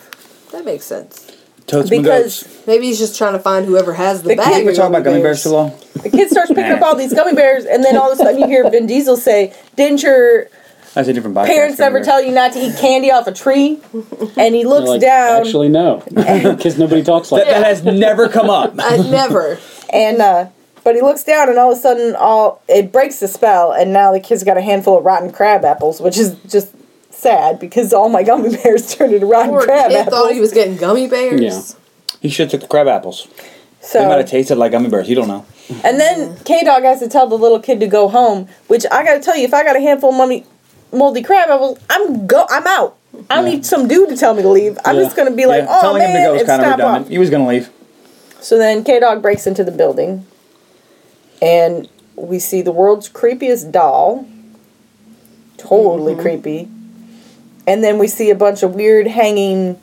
that makes sense.
Totes my
Because
goats.
Maybe he's just trying to find whoever has the,
The
bag.
kid-
of
We're talking about gummy bears
bears.
too long.
the kid starts picking up all these gummy bears, and then all of a sudden you hear Vin Diesel say, "Didn't your
That's a different podcast.
parents
gummy
ever
bear.
tell you not to eat candy off a tree?" And he
They're
looks
like,
down,
Actually, no, because nobody talks like
That, that has never come up.
I Uh, never.
and uh, but he looks down, and all of a sudden, all it breaks the spell, and now the kid's got a handful of rotten crab apples, which is just sad because all my gummy bears turned into rotten
Poor
crab
kid
apples.
thought he was getting gummy bears.
Yeah.
He should have took the crab apples. They might
so,
have tasted like gummy bears. You don't know.
and then K Dog has to tell the little kid to go home, which I gotta tell you, if I got a handful of mummy, moldy crab apples, I'm go, I'm out. I don't need some dude to tell me to leave. I'm
Yeah.
just gonna be like,
Yeah,
oh
telling
man,
him to go is
it's
kind of
stop
redundant.
off.
He was going to leave.
So then K Dog breaks into the building, and we see the world's creepiest doll. Totally creepy. And then we see a bunch of weird hanging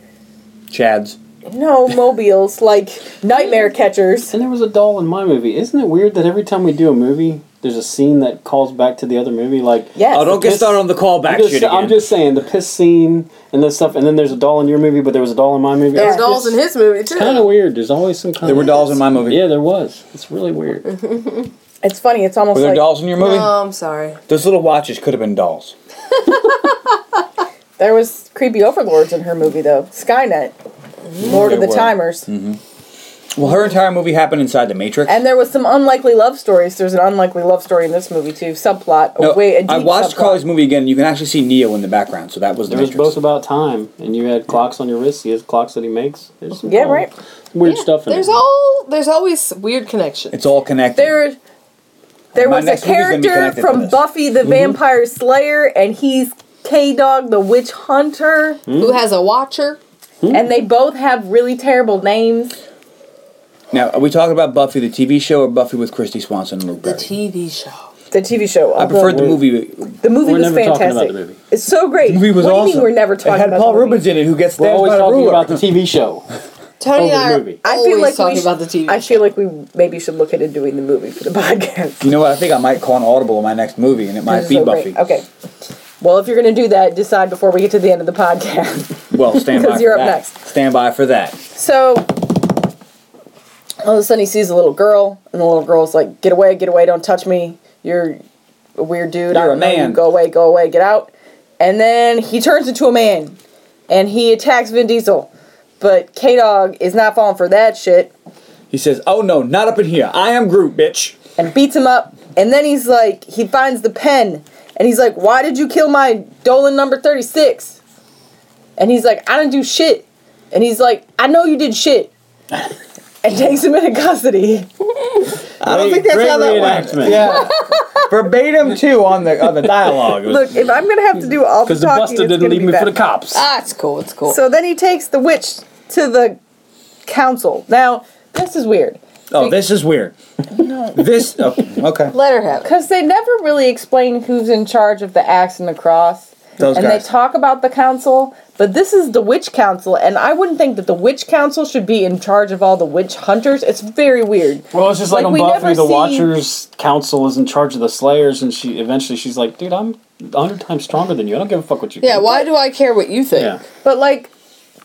Chad's.
No, mobiles like nightmare catchers.
And there was a doll in my movie. Isn't it weird that every time we do a movie, there's a scene that calls back to the other movie? Like,
Yes.
Oh, don't get
just-
started on the callback
I'm just,
shit again.
I'm just saying the piss scene and that stuff, and then there's a doll in your movie, but there was a doll in my movie.
There's dolls in his movie too.
Kind of weird. There's always some kind.
there were dolls in my movie.
Yeah, there was. It's really weird. It
It's funny. It's almost
Were there
like uh,
dolls in your movie?
Oh, I'm sorry.
Those little watches could have been dolls.
there was creepy overlords in her movie though. Skynet, Lord of
There
the
were. Mm-hmm.
Timers,
Well, her entire movie happened inside the Matrix.
and there was some unlikely love stories. There's an unlikely love story in this movie too. Subplot.
No,
No, way, a deep
I watched
subplot.
Carly's movie again. You can actually see Neo in the background, so that was the
was
Matrix.
both about time, and you had clocks on your wrists. He has clocks that he makes. There's some
Yeah,
kind of
right.
Weird stuff in
There's
it.
all there's always weird connections.
it's all connected.
There, there
My
was a
next movie's gonna be
character
connected to
from
this. Mm-hmm.
Buffy the Vampire Slayer, and he's K Dog the Witch Hunter,
Who has a watcher?
Mm-hmm.
and they both have really terrible names.
now, are we talking about Buffy the TV show or Buffy with Christy Swanson and Luke
The
Perry?
TV show.
The TV show.
I preferred the
We're-
movie.
The movie
We're
was
never
fantastic.
talking about the movie.
It's so great.
The movie was
what
awesome.
do you mean we're never talking
It had
about
Paul
the movie?
Rubens in it, who gets
We're
stabbed
always
by a
talking
ruler.
about the TV show. Over
Tony and I
the
are
movie.
I
always
feel like
talking
we sh-
about the TV.
I
show.
feel like we maybe should look into doing the movie for the podcast.
you know what? I think I might call an audible in my next movie, and it might be
So
Buffy.
great. Okay. Well, if you're going to do that, decide before we get to the end of the podcast.
Well, stand by
Because
for
you're up
that.
next.
Stand by for that.
So all of a sudden he sees a little girl, and the little girl's like, "Get away, get away! Don't touch me! You're a weird dude. I
You're a
don't know you.
man.
Go away, go away, get out!" And then he turns into a man, and he attacks Vin Diesel, but K Dog is not falling for that shit,
He says, "Oh no, not up in here. I am Groot, bitch."
and beats him up. And then he's like, he finds the pen, and he's like, "Why did you kill my Dolan number thirty six? And he's like, "I didn't do shit." And he's like, "I know you did shit." And takes him into custody.
I don't think that's
Great
how that went.
reenactment.
Yeah, verbatim too on the on the dialogue. It was-
Look, if I'm gonna have to do all the
Because the
talking,
buster
it's
didn't
gonna
leave
be
me
bad.
for the cops.
ah, it's cool. It's cool.
So then he takes the witch to the council. Now this is weird
oh, this is weird. This oh, okay.
Let her have it.
because they never really explain who's in charge of the axe and the cross.
Those
and
guys.
they talk about the council, but this is the witch council, and I wouldn't think that the witch council should be in charge of all the witch hunters. It's very weird.
Well, it's just like,
Like,
on
we
Buffy,
never
the
see-
Watchers Council is in charge of the Slayers, and she eventually she's like, "Dude, I'm hundred times stronger than you. I don't give a fuck what you."
Yeah.
think."
Why do I care what you think?
Yeah.
But like,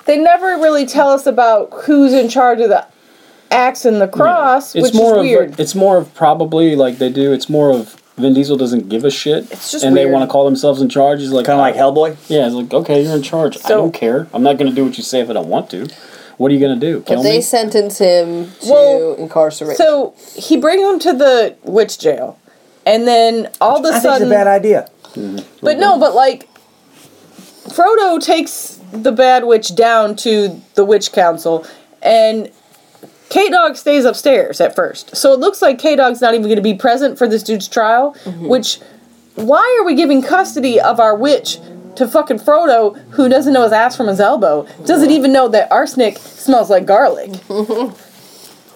they never really tell us about who's in charge of the axe and the cross,
It's
which
more
is weird.
of it's more of probably like they do. It's more of Vin Diesel doesn't give a shit, it's
just
and they
weird.
want to call themselves in charge. He's like,
Kind of like Hellboy.
Yeah, it's like, okay, you're in charge. I
So-
don't care. I'm not going to do what you say if I don't want to. What are you going to do? Kill
If they
me?
sentence him to
Well,
incarceration.
So he brings him to the witch jail, and then all of a
I think it's a
sudden,
bad idea.
but no, but like, Frodo takes the bad witch down to the witch council, and K Dog stays upstairs at first. So it looks like K Dog's not even going to be present for this dude's trial. Which, why are we giving custody of our witch? To fucking Frodo, who doesn't know his ass from his elbow, doesn't even know that arsenic smells like garlic.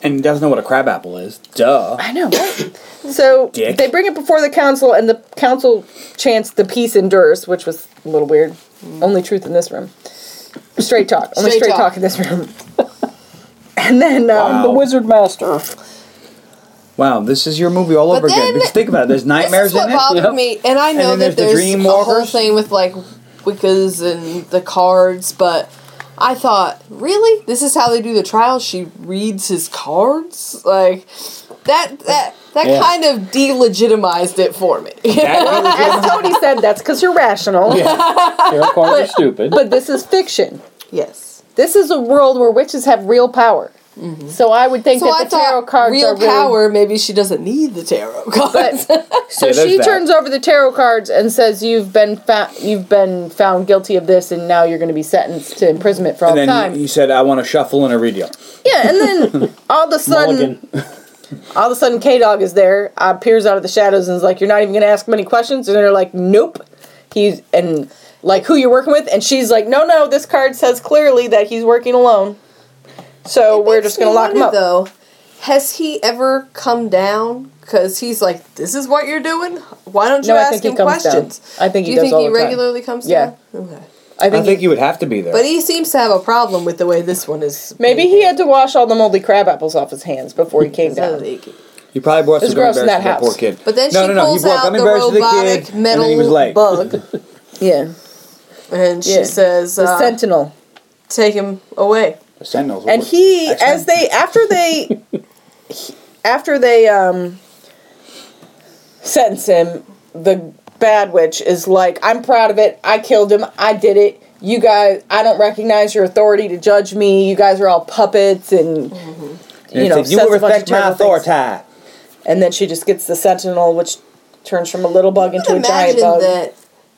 And he doesn't know what a crab apple is. Duh.
I know, right? so
Dick.
they bring it before the council, and the council chants "The peace endures," which was a little weird. Only truth in this room. Straight talk. Only
Mm. Straight
straight talk.
talk.
in this room. and then, um,
The Wizard Master.
Wow, this is your movie all over again.
then-
Because think about it, there's
This
nightmares
is what
in it.
bothered
Yep.
me, and I know
then
that
there's
there's,
the
a
dream
whole
walkers.
thing with like Wiccas and the cards, but I thought, really, this is how they do the trial? She reads his cards, like that. That that
Yeah.
kind of delegitimized it for me.
as Tony said, that's because you're rational.
Carol Carter stupid.
But this is fiction.
yes.
This is a world where witches have real power. So I would think
Mm-hmm. So
that
I
the tarot
thought
cards
real
are really-
power. Maybe she doesn't need the tarot cards.
So
Yeah, there's
she
that.
turns over the tarot cards and says, "You've been fa- you've been found guilty of this, and now you're going to be sentenced to imprisonment for all
And then
time."
he, he said, I want a shuffle and a redeal.
yeah, and then all of a sudden,
Mulligan.
all of a sudden, K Dog is there, uh, appears out of the shadows, and is like, "You're not even going to ask him any questions." And they're like, "Nope." He's and like, "Who you're working with?" And she's like, "No, no, this card says clearly that he's working alone, so we're
Makes
just going
me
to lock him
wonder,
up."
Though, has he ever come down? Because he's like, "This is what you're doing. Why don't you
No, I
ask
think he
him
comes down.
questions?"
I think he
Do you
does
think
all
he
the time.
regularly comes
Yeah.
down? Okay.
I think,
I think you would have to be there.
But he seems to have a problem with the way this one is.
maybe he had to wash all the moldy crab apples off his hands before he came
So
down.
they-
He probably brought
It's
some gummy
gross
bears
in
to
that
that poor
house.
kid.
But then
no,
she
no, no.
pulls
he brought
out
gummy
the
bears to the
robotic
kid, and then
metal
he was late.
bug,
Yeah,
and she
Yeah.
says,
the
Um,
uh,
sentinel.
"Take him away."
The Sentinels.
and
were-
he
Excellent.
as they after they he- after they um sentence him the bad witch is like i'm proud of it i killed him i did it you guys i don't recognize your authority to judge me you guys are all puppets and
Mm-hmm. And he
you know
said, you
says
will
a bunch of
respect my
terrible things."
authority.
and then she just gets the sentinel which turns from a little bug into a giant
Imagine
bug
that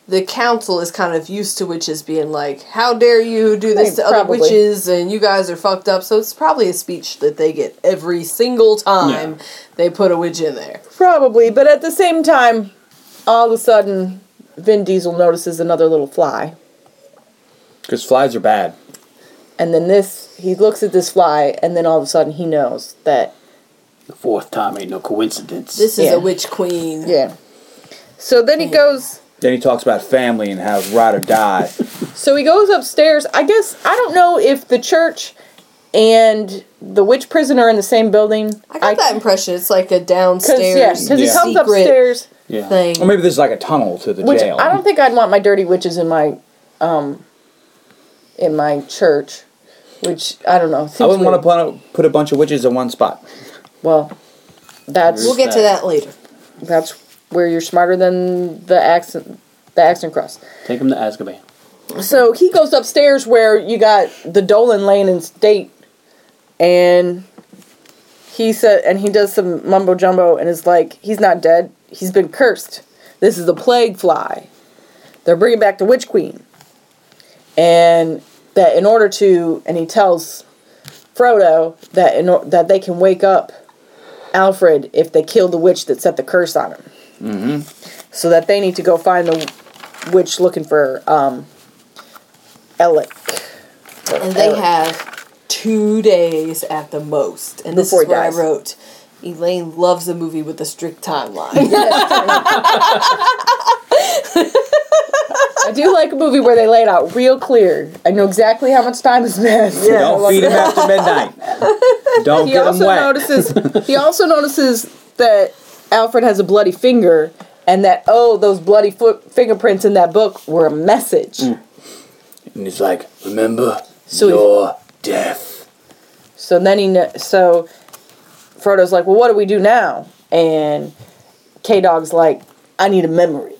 the council is kind of used to witches being like, "How dare you do this
They
to other
probably-
witches?" and you guys are fucked up. So it's probably a speech that they get every single time they put a witch in there.
Probably, but at the same time, all of a sudden, Vin Diesel notices another little fly.
Because flies are bad.
And then this, he looks at this fly, and then all of a sudden he knows that,
The fourth time ain't no coincidence.
This is
Yeah.
a witch queen.
yeah. So then he goes,
Then he talks about family and how it's ride or die.
so he goes upstairs. I guess, I don't know if the church and the witch prison are in the same building.
I got that impression. It's like a
Because
downstairs
yeah, 'cause he
Yeah.
comes
secret
upstairs,
yeah.
thing.
or maybe there's like a tunnel to the
which
jail.
I don't think I'd want my dirty witches in my, um, in my church. Which I don't know.
I wouldn't
seems
want
weird.
to put, put a bunch of witches in one spot.
Well, that's
we'll get to that later.
that's where you're smarter than the accent the accent cross.
Take him to Azkaban.
So he goes upstairs where you got the Dolan laying in state, and he said, and he does some mumbo jumbo, and is like, he's not dead. He's been cursed. This is a plague fly. They're bringing back the witch queen, and that in order to, and he tells Frodo that in or, that they can wake up Alfred if they kill the witch that set the curse on him. Mm-hmm. So that they need to go find the witch looking for um, Alec.
And they have two days at the most. And this
Before
is
it
where I
dies.
wrote Elaine loves a movie with a strict timeline.
I do like a movie where they lay it out real clear. I know exactly how much time is passed. Yeah.
Don't feed them after midnight. Don't
He
get them
also
wet.
notices. he also notices that Alfred has a bloody finger, and that oh, those bloody foot fingerprints in that book were a message.
Mm.
And he's like, remember,
So he-
you're deaf.
So then he kn- so Frodo's like, "Well, what do we do now?" And K Dog's like, "I need a memory."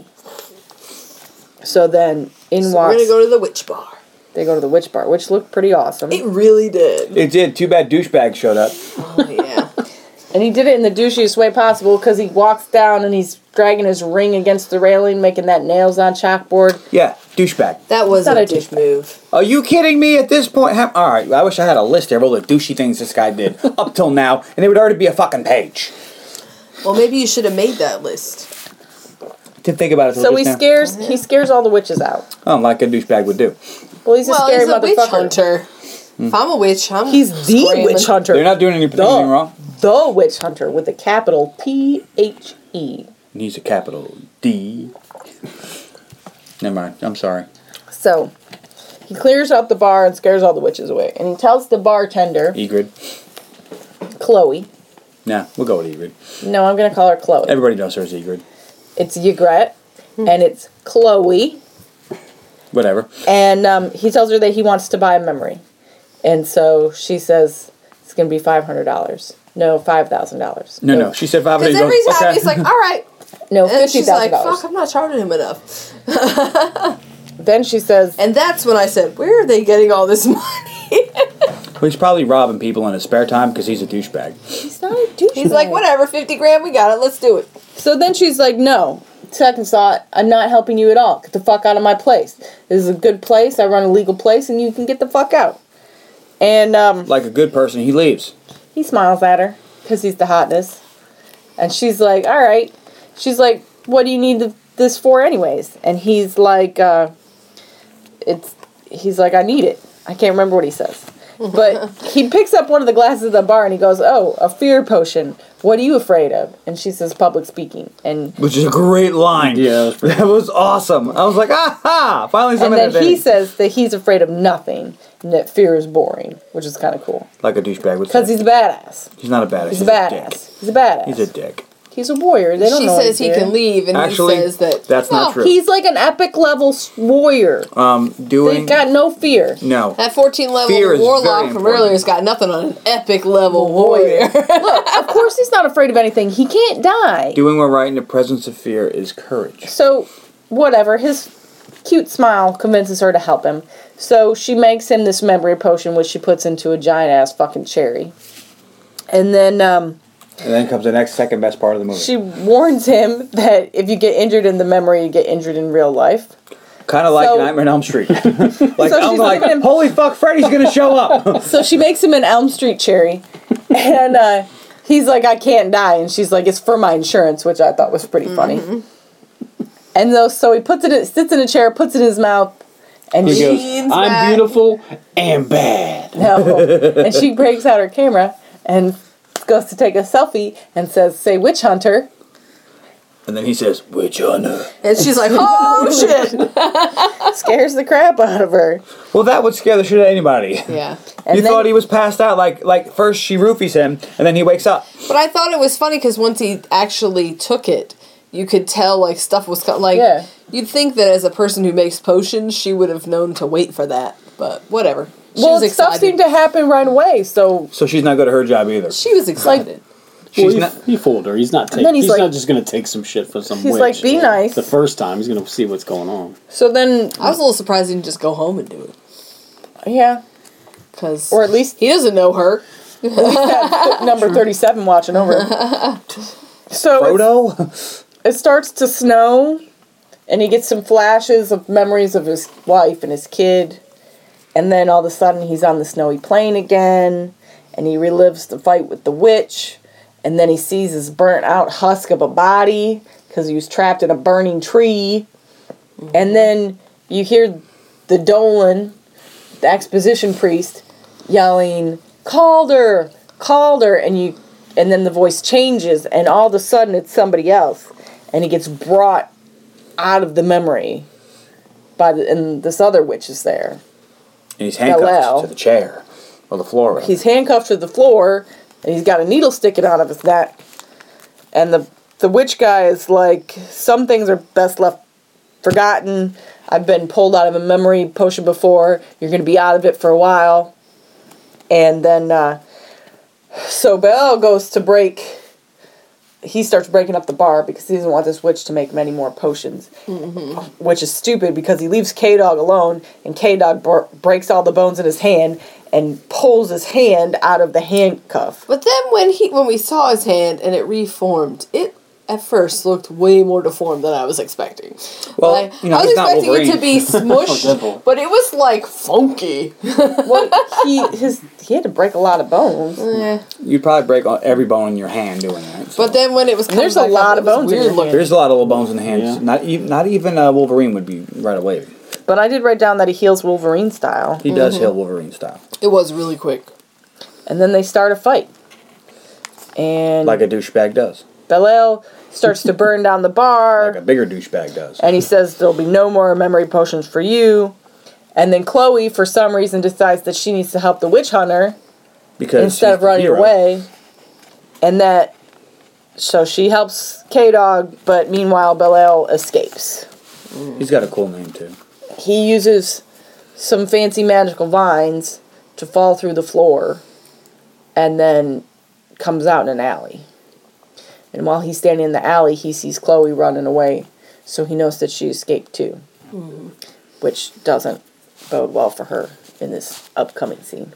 So then in
so we're
walks
going to go to the witch bar.
they go to the witch bar, which looked pretty awesome.
It really did.
It did. Too bad douchebag showed up.
Oh, yeah.
And he did it in the douchiest way possible because he walks down and he's dragging his ring against the railing, making that nails on chalkboard.
Yeah, douchebag.
That was
not
a
a
douche
douchebag.
move.
Are you kidding me at this point? How- all right, I wish I had a list of all the douchey things this guy did up till now, and it would already be a fucking page.
Well, maybe you should have made that list.
To think about it. till
So
just
he
now.
scares he scares all the witches out.
Oh, like a douchebag would do.
Well, he's a
well,
scary
he's a witch
motherfucker.
hunter.
Hmm.
If I'm a witch, I'm
He's the
screaming.
witch hunter.
They're not doing any
the,
anything wrong.
The witch hunter with a capital P H E.
Needs a capital D. Never mind. I'm sorry.
So he clears out the bar and scares all the witches away. And he tells the bartender,
Egrid.
Chloe.
Nah, we'll go with Egrid.
No, I'm gonna call her Chloe.
Everybody knows her as Egrid.
it's Ygritte, and it's Chloe.
Whatever.
And um, he tells her that he wants to buy a memory. And so she says it's going to be $500. No, $5,000.
No, no. She said five
Because
days.
every time he's like, all right.
No,
And she's like, fuck,
$50,000.
I'm not charging him enough.
Then she says,
And that's when I said, where are they getting all this money?
he's probably robbing people in his spare time because he's a douchebag.
he's not a douchebag.
He's like, whatever, 50 grand, we got it, let's do it.
So then she's like, no, second thought, I'm not helping you at all. Get the fuck out of my place. This is a good place. I run a legal place, and you can get the fuck out. And um,
Like a good person, he leaves.
he smiles at her because he's the hotness. And she's like, all right. She's like, what do you need th- this for, anyways? And he's like, uh, it's, he's like, I need it. I can't remember what he says. But he picks up one of the glasses at the bar and he goes, "Oh, a fear potion. What are you afraid of?" And she says, "Public speaking." And
Which is a great line.
Yeah, that was pretty-
that was awesome. I was like, aha! Finally,
and
something
then
that
he
they-
says that he's afraid of nothing and that fear is boring, which is kind of cool
like a douchebag would
because
say.
he's a badass.
He's not a badass.
He's a badass. He's a badass.
He's a dick.
He's a warrior. They don't
She
know
says he
he's there.
can leave, and
Actually,
he says that
that's not true.
He's like an epic level s- warrior.
um, doing
They've got no fear.
no.
that 14 level
Fear is very
warlock from
important.
earlier has got nothing on an epic level warrior.
Of course, he's not afraid of anything. He can't die.
Doing what right in the presence of fear is courage.
So, whatever. His cute smile convinces her to help him. So she makes him this memory potion, which she puts into a giant ass fucking cherry. And then um,
And then comes the next second best part of the movie.
she warns him that if you get injured in the memory, you get injured in real life.
kind of like
so-
Nightmare on Elm Street. like I'm
she's
like,
giving him-
holy fuck, Freddy's gonna show up.
So she makes him an Elm Street cherry, and uh, he's like, "I can't die," and she's like, "It's for my insurance," which I thought was pretty funny. And though, so he puts it, in, sits in a chair, puts it in his mouth, and
He
she,
goes,
Jeans
I'm
back."
beautiful and bad.
no, and she breaks out her camera and goes to take a selfie and says, "Say witch hunter."
and then he says, "Witch hunter."
And she's like, oh shit!
Scares the crap out of her.
Well, that would scare the shit out of anybody.
Yeah.
And
you
then-
thought he was passed out. Like like first she roofies him, and then he wakes up.
But I thought it was funny because once he actually took it, you could tell like stuff was co- like
Yeah.
you'd think that as a person who makes potions, she would have known to wait for that. But whatever, she
well,
was
stuff
excited.
seemed to happen right away. So
So she's not good at her job either.
she was excited.
She's
Well, he,
not.
he fooled her. He's not. Take,
then
he's
he's like-
not just gonna take some shit for some.
He's
witch.
like, "Be nice."
The first time, he's gonna see what's going on.
so then,
I was a little surprised he didn't just go home and do it
yeah,
because
or at least
he doesn't know her.
number thirty-seven watching over. him. So it's-
Frodo.
it starts to snow and he gets some flashes of memories of his wife and his kid and then all of a sudden he's on the snowy plain again and he relives the fight with the witch and then he sees his burnt out husk of a body because he was trapped in a burning tree and then you hear the dolan the exposition priest yelling calder calder and you and then the voice changes and all of a sudden it's somebody else and he gets brought out of the memory by the, and this other witch is there
And he's handcuffed
Hello.
to the chair or the floor. rather.
he's handcuffed to the floor and he's got a needle sticking out of his neck and the the witch guy is like some things are best left forgotten i've been pulled out of a memory potion before you're going to be out of it for a while and then uh, so bell goes to break he starts breaking up the bar because he doesn't want this witch to make many more potions which is stupid because he leaves K Dog alone, and K Dog br- breaks all the bones in his hand and pulls his hand out of the handcuff.
But then when he when we saw his hand and it reformed, it at first looked way more deformed than I was expecting.
Well,
Like,
you know,
I was
he's not
expecting it to
Wolverine.
be smushed,
Deadpool.
but it was like funky.
Well, he his he had to break a lot of bones.
You'd probably break all- every bone in your hand doing that. so.
But then when it was coming
There's a
back up,
lot
it
of
was
bones in
weird
your
looking.
There's a lot of little bones in the hands.
Yeah.
Not even not even uh, Wolverine would be right away.
But I did write down that he heals Wolverine style,
He does heal Wolverine style,
It was really quick.
and then they start a fight. And
like a douchebag does,
Belial starts to burn down the bar,
like a bigger douchebag does.
and he says there'll be no more memory potions for you. And then Chloe, for some reason, decides that she needs to help the witch hunter.
Because
instead
he's
of
the
running
hero.
away. And that, so she helps K Dog, but meanwhile, Belial escapes.
he's got a cool name too.
He uses some fancy magical vines to fall through the floor and then comes out in an alley. And while he's standing in the alley, he sees Chloe running away, so he knows that she escaped too, which doesn't bode well for her in this upcoming scene.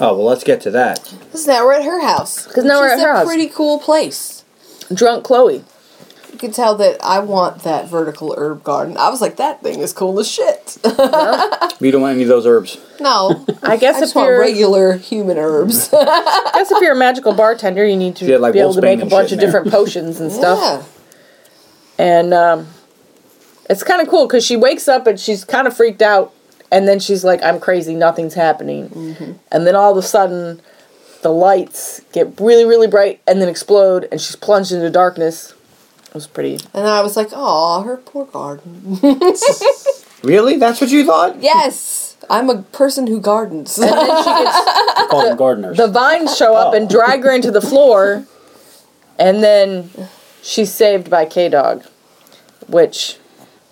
Oh well, let's get to that.
Because now we're at her house.
'Cause now we're
Which is
at her
a
house.
pretty cool place.
Drunk Chloe.
You can tell that I want that vertical herb garden. I was like, that thing is cool as shit.
We don't want any of those herbs.
no, I
I guess if
just want
you're
regular human herbs.
guess if you're a magical bartender, you need to
Yeah, like
be able to
Wolfsbane
make a
and
bunch
shit
of
in there.
different potions and stuff.
yeah,
And um, it's kind of cool because she wakes up and she's kind of freaked out and then she's like, "I'm crazy. Nothing's happening." And then all of a sudden, the lights get really, really bright and then explode, and she's plunged into darkness. It was pretty.
And I was like, "Aw, her poor garden."
Really? That's what you thought?
Yes, I'm a person who gardens.
And then she gets
Call them gardeners.
the vines show up and drag her into the floor, and then she's saved by K Dog, which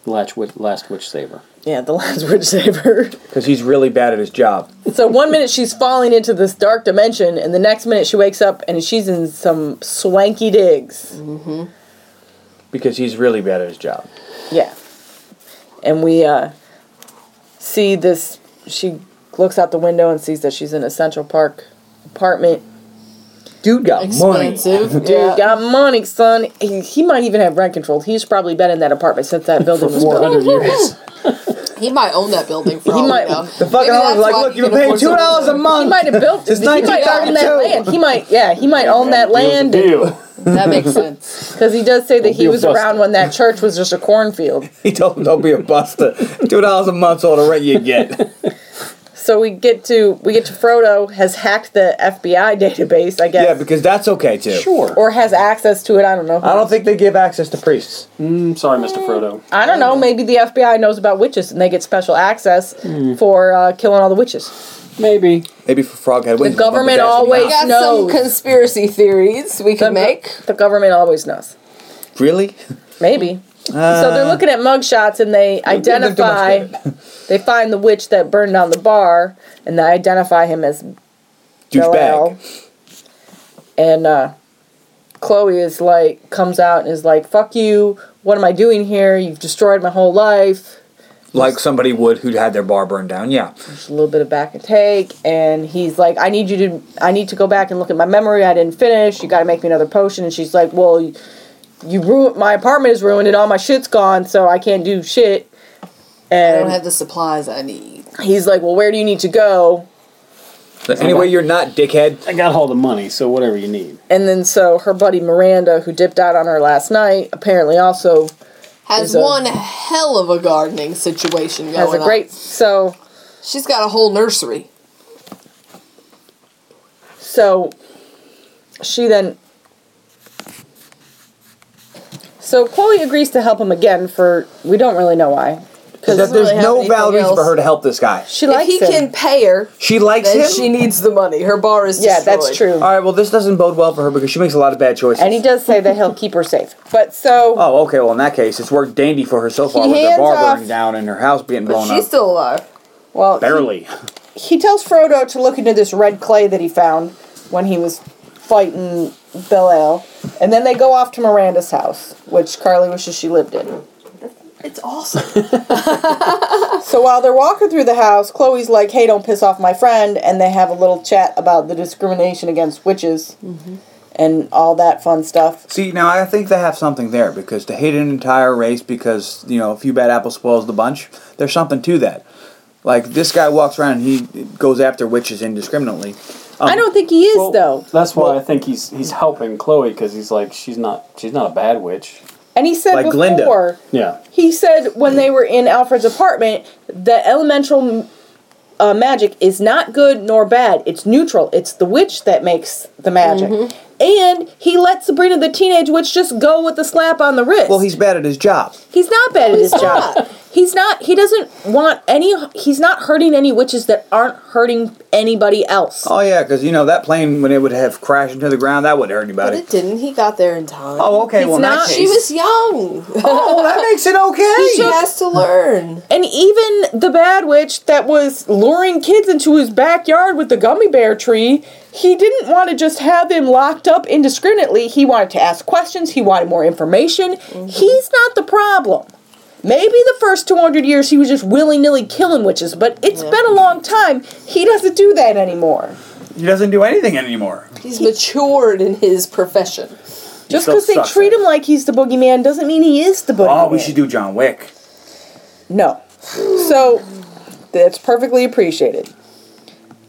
Latch wit- last witch saver.
yeah, the last word save her.
Because he's really bad at his job.
So one minute she's falling into this dark dimension, and the next minute she wakes up and she's in some swanky digs.
Because he's really bad at his job.
Yeah, and we uh, see this. She looks out the window and sees that she's in a Central Park apartment.
Dude got money.
Expensive.
Dude got money, son. He, he might even have rent control. He's probably been in that apartment since that building was
Four
built.
hundred years.
He might own that building for
He
all we
might-
know.
The fucking
Maybe
owner's
that's
like,
why
look,
he
you're
can
paying
afford
two
something.
dollars a
He
month.
might have built.
Since
he might own that
1932.
land. He might, yeah, he might own that land
That makes sense.
because he does say that
be
he
a
was
buster.
around when that church was just a cornfield.
He told him, don't be a buster. Two dollars a month's all the rent you get.
So we get to we get to Frodo has hacked the FBI database, I
yeah,
guess,
because that's okay too.
Sure.
or has access to it. I don't know.
I don't think they give access to priests.
I'm sorry, Mr.
Mm.
Frodo.
I don't know. Maybe the FBI knows about witches and they get special access
Hmm.
for uh, killing all the witches.
Maybe.
Maybe for Froghead Wings.
government always-
We got
No.
some conspiracy theories we
The
can make.
the government always knows.
Really?
Maybe. so
Uh,
they're looking at mugshots and they
they're doing too much
identify. They find the witch that burned down the bar and they identify him as Bel-El.
Douchebag.
And uh, Chloe is like, comes out and is like, fuck you. What am I doing here? You've destroyed my whole life.
Like somebody would who'd had their bar burned down. Yeah.
There's a little bit of back and take. And he's like, I need you to, I need to go back and look at my memory. I didn't finish. You got to make me another potion. And she's like, well, you, you ruined, my apartment is ruined and all my shit's gone. So I can't do shit.
I
And
don't have the supplies I need.
he's like, well, where do you need to go?
Anyway, you're not dickhead.
I got all the money, so whatever you need.
And then so her buddy Miranda, who dipped out on her last night, apparently also
Has
a-
one hell of a gardening situation going
has a great.
on.
So
She's got a whole nursery.
so she then. So Chloe agrees to help him again for we don't really know why.
Because
doesn't
there's
really have
no
anything
valid reason for
else.
her to help this guy.
She
If
likes
he
him.
can pay her,
She likes
then
him.
she needs the money. Her bar is
yeah,
destroyed.
that's true.
All right. Well, this doesn't bode well for her because she makes a lot of bad choices.
And he does say that he'll keep her safe. But so
Oh, okay. Well, in that case, it's worked dandy for her so far
He
with her
hands
bar
off-
burning down and her house being blown
But she's
up.
still alive.
well, he-
Barely.
he tells Frodo to look into this red clay that he found when he was fighting Bel El, and then they go off to Miranda's house, which Carly wishes she lived in.
It's awesome.
So while they're walking through the house, Chloe's like, "Hey, don't piss off my friend," and they have a little chat about the discrimination against witches and all that fun stuff.
See, now I think they have something there because to hate an entire race because you know a few bad apples spoils the bunch. There's something to that. Like this guy walks around and he goes after witches indiscriminately.
I
um,
don't think he is though,
That's why I think he's he's helping Chloe because he's like she's not she's not a bad witch.
and he said
Like
before.
Glinda.
Yeah.
He said when they were in Alfred's apartment that elemental uh, magic is not good nor bad. It's neutral. It's the witch that makes the magic. And he let Sabrina the teenage witch just go with the slap on the wrist.
Well, he's bad at his job.
He's not bad at his job. He's not. He doesn't want any. He's not hurting any witches that aren't hurting anybody else.
Oh yeah, because you know that plane when it would have crashed into the ground, that wouldn't hurt
but
anybody.
it didn't. He got there in time.
Oh, okay.
He's
well, in
not-
that
She
case,
was young.
oh, that makes it
she
okay.
has to learn.
And even the bad witch that was luring kids into his backyard with the gummy bear tree, he didn't want to just have them locked up indiscriminately. He wanted to ask questions. He wanted more information. He's not the problem. Maybe the first 200 years he was just willy nilly killing witches, but it's been a long time. He doesn't do that anymore.
He doesn't do anything anymore.
He's matured in his profession.
Just
still
because they
sucks
treat
at it.
him like he's the boogeyman doesn't mean he is the boogeyman.
Oh, we should do John Wick.
No. So that's perfectly appreciated.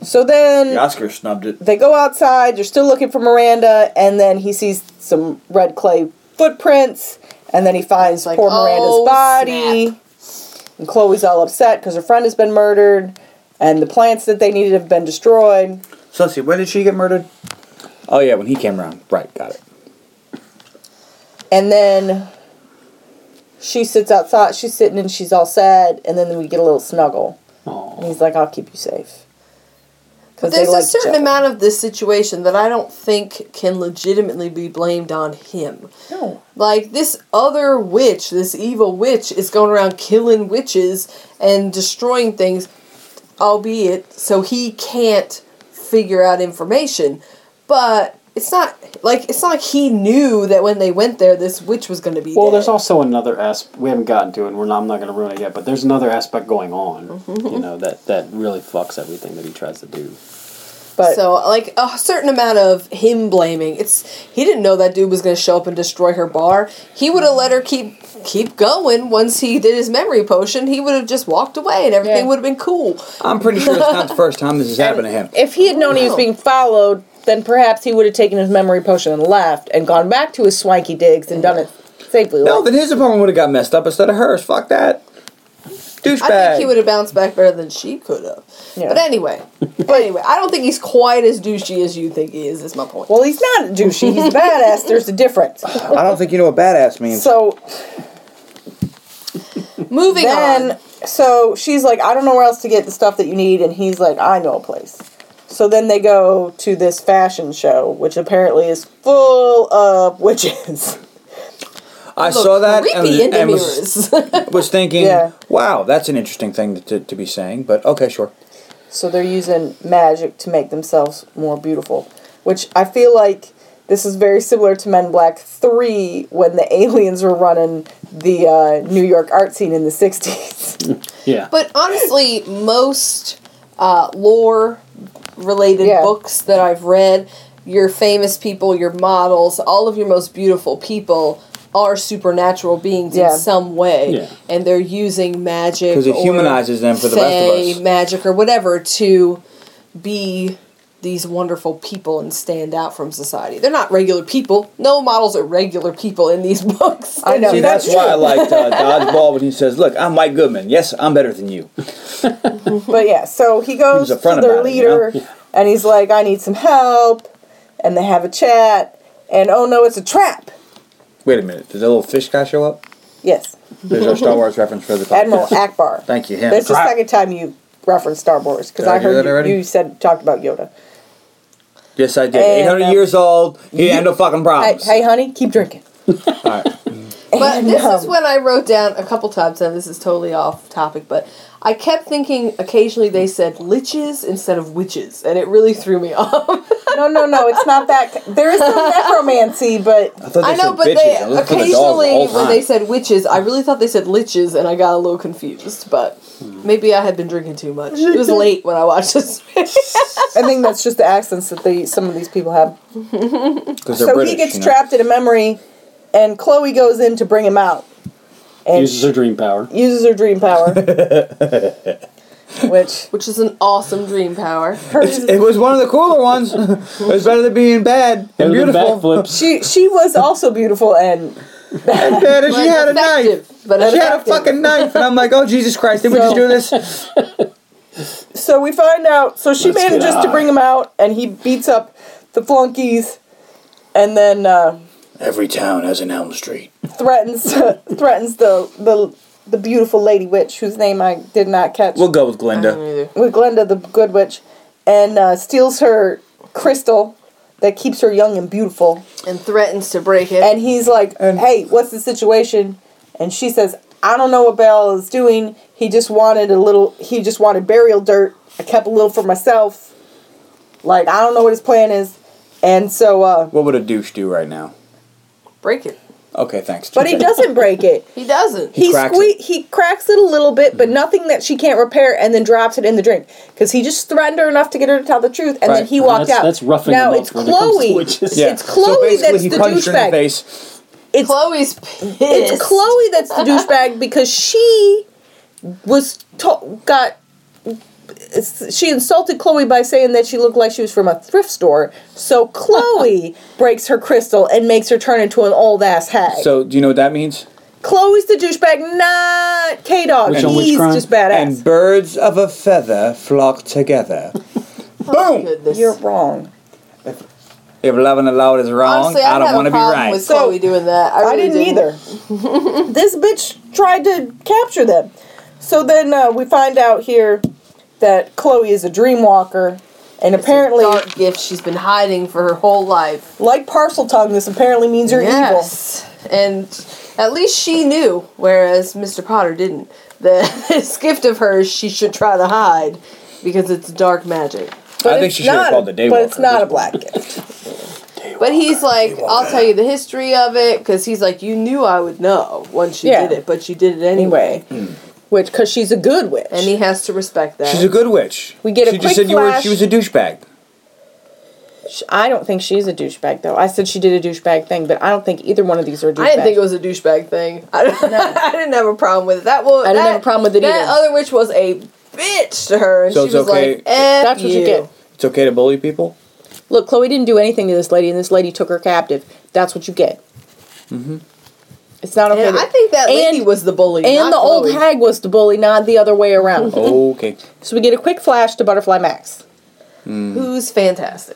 So then
The Oscar snubbed it.
they go outside, they're still looking for Miranda, and then he sees some red clay footprints, and then he finds
like,
poor Miranda's
oh,
body. And Chloe's all upset because her friend has been murdered, and the plants that they needed have been destroyed.
Sussy, when did she get murdered? Oh yeah, when he came around. Right, got it.
And then she sits outside. She's sitting and she's all sad. And then we get a little snuggle. And he's like, "I'll keep you safe." Because
There's a certain amount of this situation that I don't think can legitimately be blamed on him.
No.
Like this other witch, this evil witch, is going around killing witches and destroying things, albeit so he can't figure out information. But it's not like it's not like he knew that when they went there, this witch was going to be.
Well,
dead.
there's also another aspect we haven't gotten to, and we're not, I'm not going to ruin it yet. But there's another aspect going on,
Mm-hmm.
you know, that that really fucks everything that he tries to do.
But
so like a certain amount of him blaming. It's he didn't know that dude was gonna show up and destroy her bar. He would have let her keep keep going once he did his memory potion. He would have just walked away and everything
Yeah.
would have been cool.
I'm pretty sure it's not the first time this has happened to him.
If he had known he was being followed, then perhaps he would have taken his memory potion and left and gone back to his swanky digs and done it safely.
No,
Like,
then his apartment would have got messed up instead of hers. Fuck that. Douchebag.
I think he would have bounced back better than she could have.
Yeah.
But anyway, but anyway, I don't think he's quite as douchey as you think he is. Is my point.
well, he's not douchey. He's a badass. There's a difference.
I don't think you know what badass means.
So
Moving on.
then so she's like i don't know where else to get the stuff that you need and he's like i know a place so then they go to this fashion show which apparently is full of witches
I
Look,
saw that and,
creepy
and was,
mirrors.
was thinking,
Yeah.
wow, that's an interesting thing to, to be saying. But okay, sure.
so they're using magic to make themselves more beautiful which i feel like this is very similar to men in black 3 when the aliens were running the uh, new york art scene in the 60s
Yeah,
But honestly, most uh, lore related
Yeah.
books that I've read, your famous people, your models, all of your most beautiful people are supernatural beings
Yeah.
in some way.
Yeah.
And they're using magic.
'Cause it
or
humanizes them for the rest of
fey
us.
magic or whatever to be these wonderful people and stand out from society. They're not regular people. No models are regular people in these books.
i know
See, that's, why I liked uh, Dodgeball when he says, look, I'm Mike Goodman. Yes, I'm better than you.
But yeah, so he goes
He was
to
upfront
their
about it, you know?
leader and he's like, I need some help. And they have a chat. And oh no, it's a trap.
Wait a minute. Did the little fish guy show up?
Yes,
There's our Star Wars reference for the podcast.
Admiral Akbar.
Thank you, him.
That's the
Crap.
second time you referenced Star Wars because
Did I
I
do
heard
that
you,
already?
you said talked about Yoda.
Yes, I did.
And,
800
uh,
years old. He had no fucking
Hey,
problems.
hey, honey, keep drinking.
All right.
But
And,
this
um,
is when I wrote down a couple times, and this is totally off topic, but I kept thinking occasionally they said liches instead of witches, and it really threw me off.
No, no, no, it's not that. There is no necromancy, but
I thought they
I know,
said
but
bitches.
they
I looked for the dog the
occasionally
whole
when
time.
they said witches, I really thought they said liches, and I got a little confused. But
Hmm.
maybe I had been drinking too much. It was late when I watched this.
I think that's just the accents that they some of these people have.
'Cause they're
So
British,
he gets
you know.
trapped in a memory, and Chloe goes in to bring him out. And
uses her dream power.
uses her dream power, which
Which is an awesome dream power.
hers
It was one of the cooler ones. it was better than being bad and
Better than
beautiful.
backflips.
she she was also beautiful and
And bad as
But
she had a
effective,
knife.
But
She had a
effective.
fucking knife, and I'm like, oh Jesus Christ! Did we just do this?
so we find out so she
Let's get
manages to
high.
bring him out and he beats up the flunkies and then uh,
Every town has an Elm Street.
threatens threatens the, the the beautiful lady witch whose name I did not catch
We'll go with Glinda.
with Glenda the good witch and uh, steals her crystal that keeps her young and beautiful
And threatens to break it.
and he's like,
And-
"Hey, what's the situation?" And she says, "I don't know what Bell is doing. He just wanted a little. He just wanted burial dirt. I kept a little for myself. Like I don't know what his plan is." And so, uh,
What would a douche do right now?
break it.
Okay, thanks.
but he doesn't break it.
He doesn't.
He
cracks
sque-
it.
he cracks it a little bit, but nothing that she can't repair, and then drops it in the drink because he just threatened her enough to get her to tell the truth, and then
Right.
he walked
That's-
out.
that's roughing
now
him up
it's
when it comes to
Chloe.
witches.
It's Chloe that's the douchebag.
face.
It's
Chloe's pissed.
It's Chloe that's the douchebag because she was to- got she insulted Chloe by saying that she looked like she was from a thrift store. So Chloe breaks her crystal and makes her turn into an old ass hag.
So do you know what that means?
Chloe's the douchebag, not K Dog.
Which on which
He's
crime?
just badass.
And birds of a feather flock together.
Oh, goodness.
You're wrong.
If loving aloud is wrong,
Honestly, I,
I don't
have
want
a
to be
problem
right.
with Chloe doing that. I,
I
really
didn't either. this bitch tried to capture them. So then uh, we find out here that Chloe is a dream walker, and apparently,
Dark gift she's been hiding for her whole life.
like parcel tongue, this apparently means you're
yes. And at least she knew, whereas Mr. Potter didn't. That this gift of hers she should try to hide because it's dark magic.
evil.
I think she should have called the
day.
day
But it's not a black gift.
But he's like, I'll tell you the history of it because he's like, you knew I would know once you
Yeah.
did it, but you did it anyway.
anyway, which because she's a good witch.
And he has to respect that.
She's a good witch.
We get a
She
quick
just said you were.
flash.
She was a douchebag.
Sh- I don't think she's a douchebag though. I said she did a douchebag thing, but I don't think either one of these are. douchebags.
I didn't think it was a douchebag thing. I, I didn't have a problem with it. That was
I didn't have a problem with it
That
either.
other witch was a bitch to her, and
So
she
it's
was
okay-
like, "F
That's what you get.
It's okay to bully people.
Look, Chloe didn't do anything to this lady, and this lady took her captive. That's what you get. Mm-hmm. It's not okay.
And
to-
I think that lady
And-
was the bully,
and the old
hag.
hag was the bully, not the other way around.
Oh. Okay.
So we get a quick flash to Butterfly Max.
Hmm.
who's fantastic.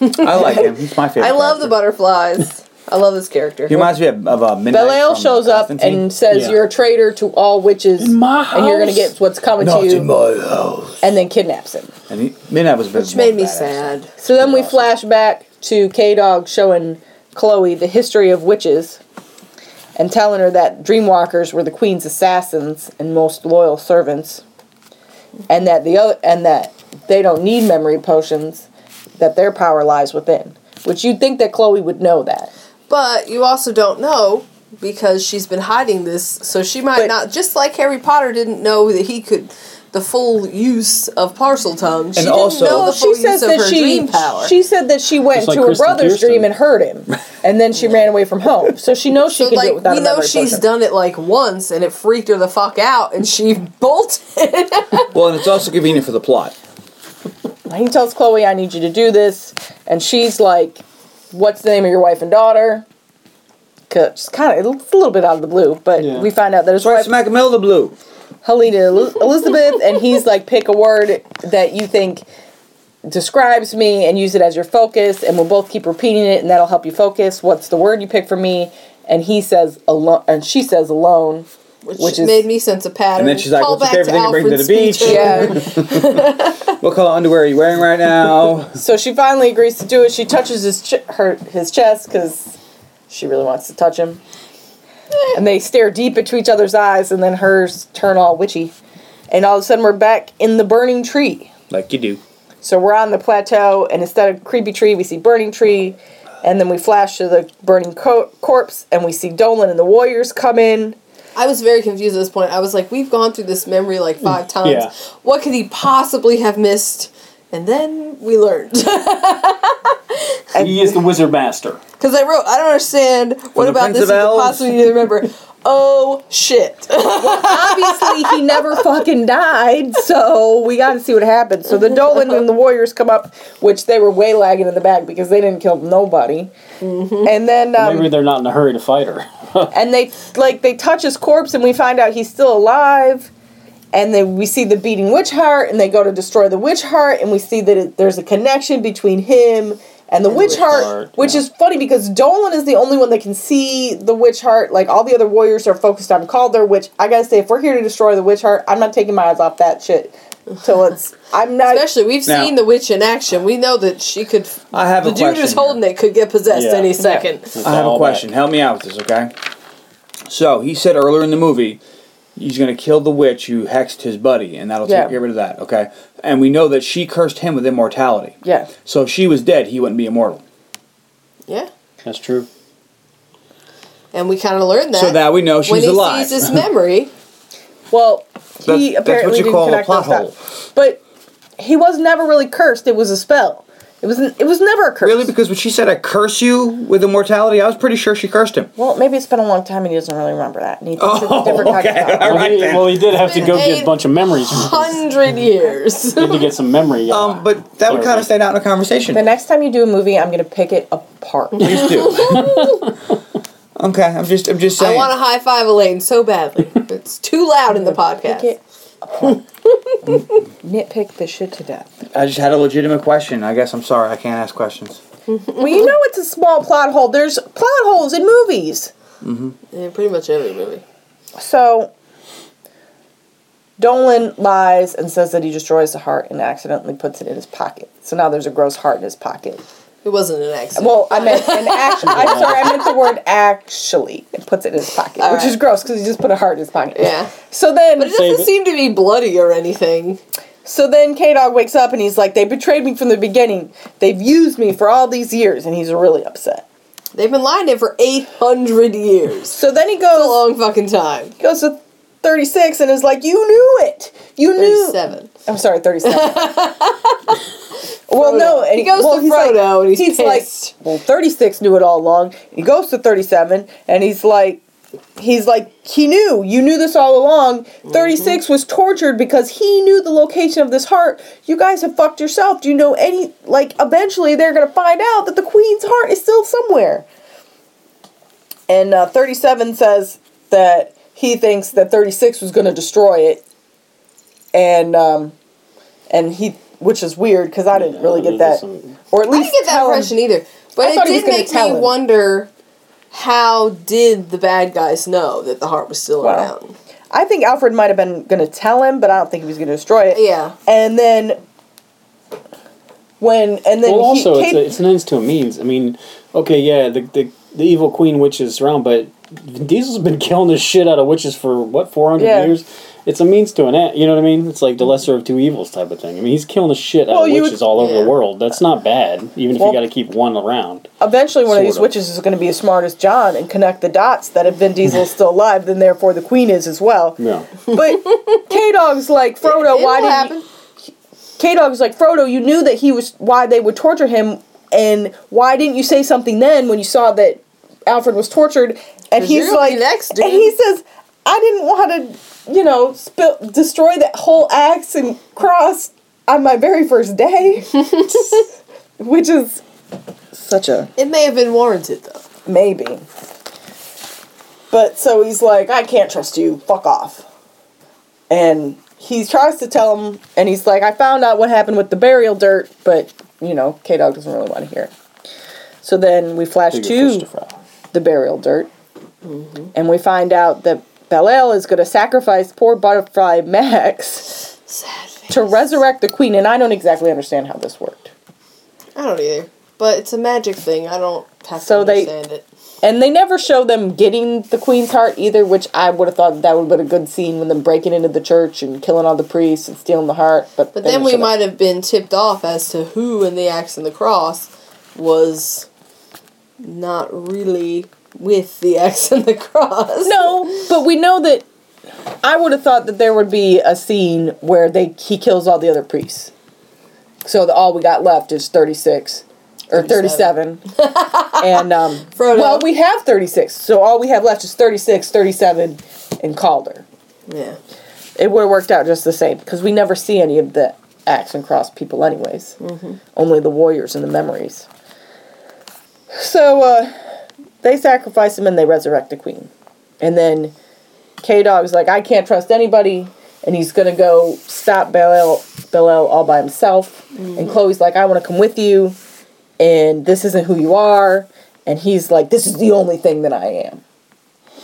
I like him. He's my favorite.
I love
character.
the butterflies. I love this character.
He reminds me of, of uh, Midnight
Belial
from
shows up
Constantine.
and says,
Yeah.
"You're a traitor to all witches,
my
and you're gonna
house?
get what's coming
Not
to
in
you,"
my house.
and then kidnaps him.
And he, Midnight was a bit
which
more
made me
badass.
sad.
So then we flash back to K Dog showing Chloe the history of witches and telling her that Dreamwalkers were the Queen's assassins and most loyal servants, and that the other, and that they don't need memory potions, that their power lies within. Which you'd think that Chloe would know that.
But you also don't know because she's been hiding this, so she might
But-
not. Just like Harry Potter didn't know that he could the full use of parcel tongue. She
And
didn't
also-
know
Well,
the full use of her dream power.
she said that she went
Just like
to her
Kristen
brother's
Kirsten.
dream and hurt him, and then she ran away from home. So she knows she
so
can do
like
it without
we
a
know
memory
she's
potion.
done it like once and it freaked her the fuck out and she bolted.
Well, and it's also convenient for the plot.
He tells Chloe, I need you to do this. And she's like, What's the name of your wife and daughter? 'Cause It's kind of it's a little bit out of the blue, but
Yeah.
we find out that his
Right,
wife,
smack in the middle of the blue.
Helena El- Elizabeth, and he's like, Pick a word that you think describes me and use it as your focus. And we'll both keep repeating it, and that'll help you focus. What's the word you pick for me? And he says, Alone, and she says, Alone.
Which,
Which is-
made me sense a pattern.
And then she's like,
Call
"What's
back
your favorite thing to bring to
Alfred's
the beach?"
speech.
Yeah.
What color underwear are you wearing right now?
So she finally agrees to do it. She touches his ch- her his chest because she really wants to touch him. And they stare deep into each other's eyes, and then hers turn all witchy. And all of a sudden, we're back in the burning tree.
like you do.
So we're on the plateau, and instead of creepy tree, we see burning tree. And then we flash to the burning co- corpse, and we see Dolan and the warriors come in.
I was very confused at this point. I was like, we've gone through this memory like five times.
Yeah.
What could he possibly have missed? And then we learned. Because
He is the wizard master.
I wrote, I don't understand what
the
about
Prince
this
of
you could
Elves.
possibly remember. oh, shit.
Obviously, he never fucking died, so we got to see what happens. So the Dolan and the warriors come up, which they were way lagging in the back because they didn't kill nobody. And then um,
Maybe they're not in a hurry to fight her.
and they like they touch his corpse and we find out he's still alive and then we see the beating witch heart and they go to destroy the witch heart and we see that it, there's a connection between him and the witch
witch
heart,
heart,
which
yeah.
is funny because dolan is the only one that can see the witch heart like all the other warriors are focused on calder which i gotta say if we're here to destroy the witch heart i'm not taking my eyes off that shit so it's i'm not
Especially, we've
Now-
seen the witch in action. We know that she could.
I have
the
a
dude
question.
who's holding it could get possessed
Yeah.
any second.
I have a
Fall
question.
back.
Help me out with this, okay? So he said earlier in the movie, he's going to kill the witch who hexed his buddy, and that'll
Yeah.
take, get rid of that, okay? And we know that she cursed him with immortality.
yeah
So if she was dead, he wouldn't be immortal.
Yeah.
That's true.
And we kind of learned that.
So now we know she's
when he
alive.
sees his memory,
Well,
That's-
he
that's what
apparently
you
didn't
call a
connect
plot
those dots. But he was never really cursed. It was a spell. It was not it was never a curse.
Really? Because when she said, I curse you with immortality, I was pretty sure she cursed him.
well, maybe it's been a long time and he doesn't really remember that. And he thinks it's a
Oh,
different kind
okay.
of spell.
All
Well,
right,
he,
then.
well, he did have to go get
eight-
a bunch of memories. From
hundred years.
he had to get some memory. Uh,
Um, but that would kind of stand out in a conversation.
The next time you do a movie, I'm going to pick it apart.
Please do. Okay, I'm just I'm just
I
saying.
want to high five Elaine so badly. it's too loud in the podcast.
Nitpick the shit to death.
I just had a legitimate question. I guess I'm sorry. I can't ask questions.
Well, you know it's a small plot hole. There's plot holes in movies.
Yeah, pretty much every movie.
So, Dolan lies and says that he destroys the heart and accidentally puts it in his pocket. So now there's a gross heart in his pocket.
It wasn't an accident.
Well, I meant an actually. I'm sorry, I meant the word actually. It puts it in his pocket, which is
right.
gross because he just put a heart in his pocket.
Yeah.
So then,
But it doesn't
it.
seem to be bloody or anything.
So then K Dog wakes up and he's like, They betrayed me from the beginning. They've used me for all these years. And he's really upset.
They've been lying to him for 800 years.
So then he
That's a
goes,
long fucking time.
he goes to 36 and is like, You knew it. You knew.
37.
I'm sorry, 37. well, no. And
He goes
well,
to
he's like-
Frodo and he's pissed.
like, Well, 36 knew it all along. He goes to 37 and he's like, He's like, He knew. You knew this all along. 36 was tortured because he knew the location of this heart. You guys have fucked yourself. Do you know any. Like, eventually they're going to find out that the Queen's heart is still somewhere. And uh, 37 says that he thinks that 36 was going to destroy it. And um, and he, which is weird because I didn't really get that, or at
I
least
didn't get that
tell him-
impression either. But
I
it
thought he was
did
gonna
make
tell
me
him.
wonder how did the bad guys know that the heart was still
Wow.
around?
I think Alfred might have been going to tell him, but I don't think he was going to destroy it.
Yeah.
And then when and then
Well,
he
also, it's,
came,
a, it's an ends to a means. I mean, okay, yeah, the, the, the evil queen witch is around, but Diesel's been killing the shit out of witches for, what, 400
Yeah.
years? It's a means to an end, you know what I mean? It's like the lesser of two evils type of thing. I mean, he's killing the shit
Well,
out of
you
witches
would-
all over
yeah.
the world. That's not bad, even if
Well-
you gotta keep one around.
eventually one of these
Sorta.
witches is going to be as smart as John and connect the dots that if Vin Diesel's still alive, then therefore the Queen is as well.
Yeah.
But K Dog's like Frodo.
It
why
will
did
happen.
K Dog's like, Frodo, you knew that he was why they would torture him, and why didn't you say something then when you saw that Alfred was tortured? And
'Cause you're
he's
gonna
like,
be next, dude.
and he says, I didn't want to, you know, spill, destroy that whole axe and cross on my very first day, which is such a
It may have been warranted though.
maybe. But so he's like, I can't trust you. Fuck off. And he tries to tell him, and he's like, I found out what happened with the burial dirt, but you know, K Dog doesn't really want to hear it. So then we flash
Bigger fish
to
to fry.
the burial dirt, and we find out that Belial is going to sacrifice poor Butterfly Max
Sad face.
to resurrect the queen, and I don't exactly understand how this worked.
I don't either. But it's a magic thing. I don't have
So
to
they-
understand it.
And they never show them getting the queen's heart either, which I would have thought that would have been a good scene with them breaking into the church and killing all the priests and stealing the heart. But,
But
they
Oh,
then
don't
we
show that.
might have been tipped off as to who in the axe and the cross was not really with the axe and the cross.
no, but we know that. I would have thought that there would be a scene where they he kills all the other priests. So the, all we got left is thirty six, or thirty seven, and um,
Frodo.
well we have thirty six. So all we have left is 36, 37, and Calder.
Yeah.
it would have worked out just the same because we never see any of the axe and cross people anyways only the warriors and the memories so uh, they sacrifice him and they resurrect the queen and then k-dog's like i can't trust anybody and he's gonna go stop Belial, Belial all by himself and chloe's like i want to come with you and this isn't who you are and he's like this is the only thing that i am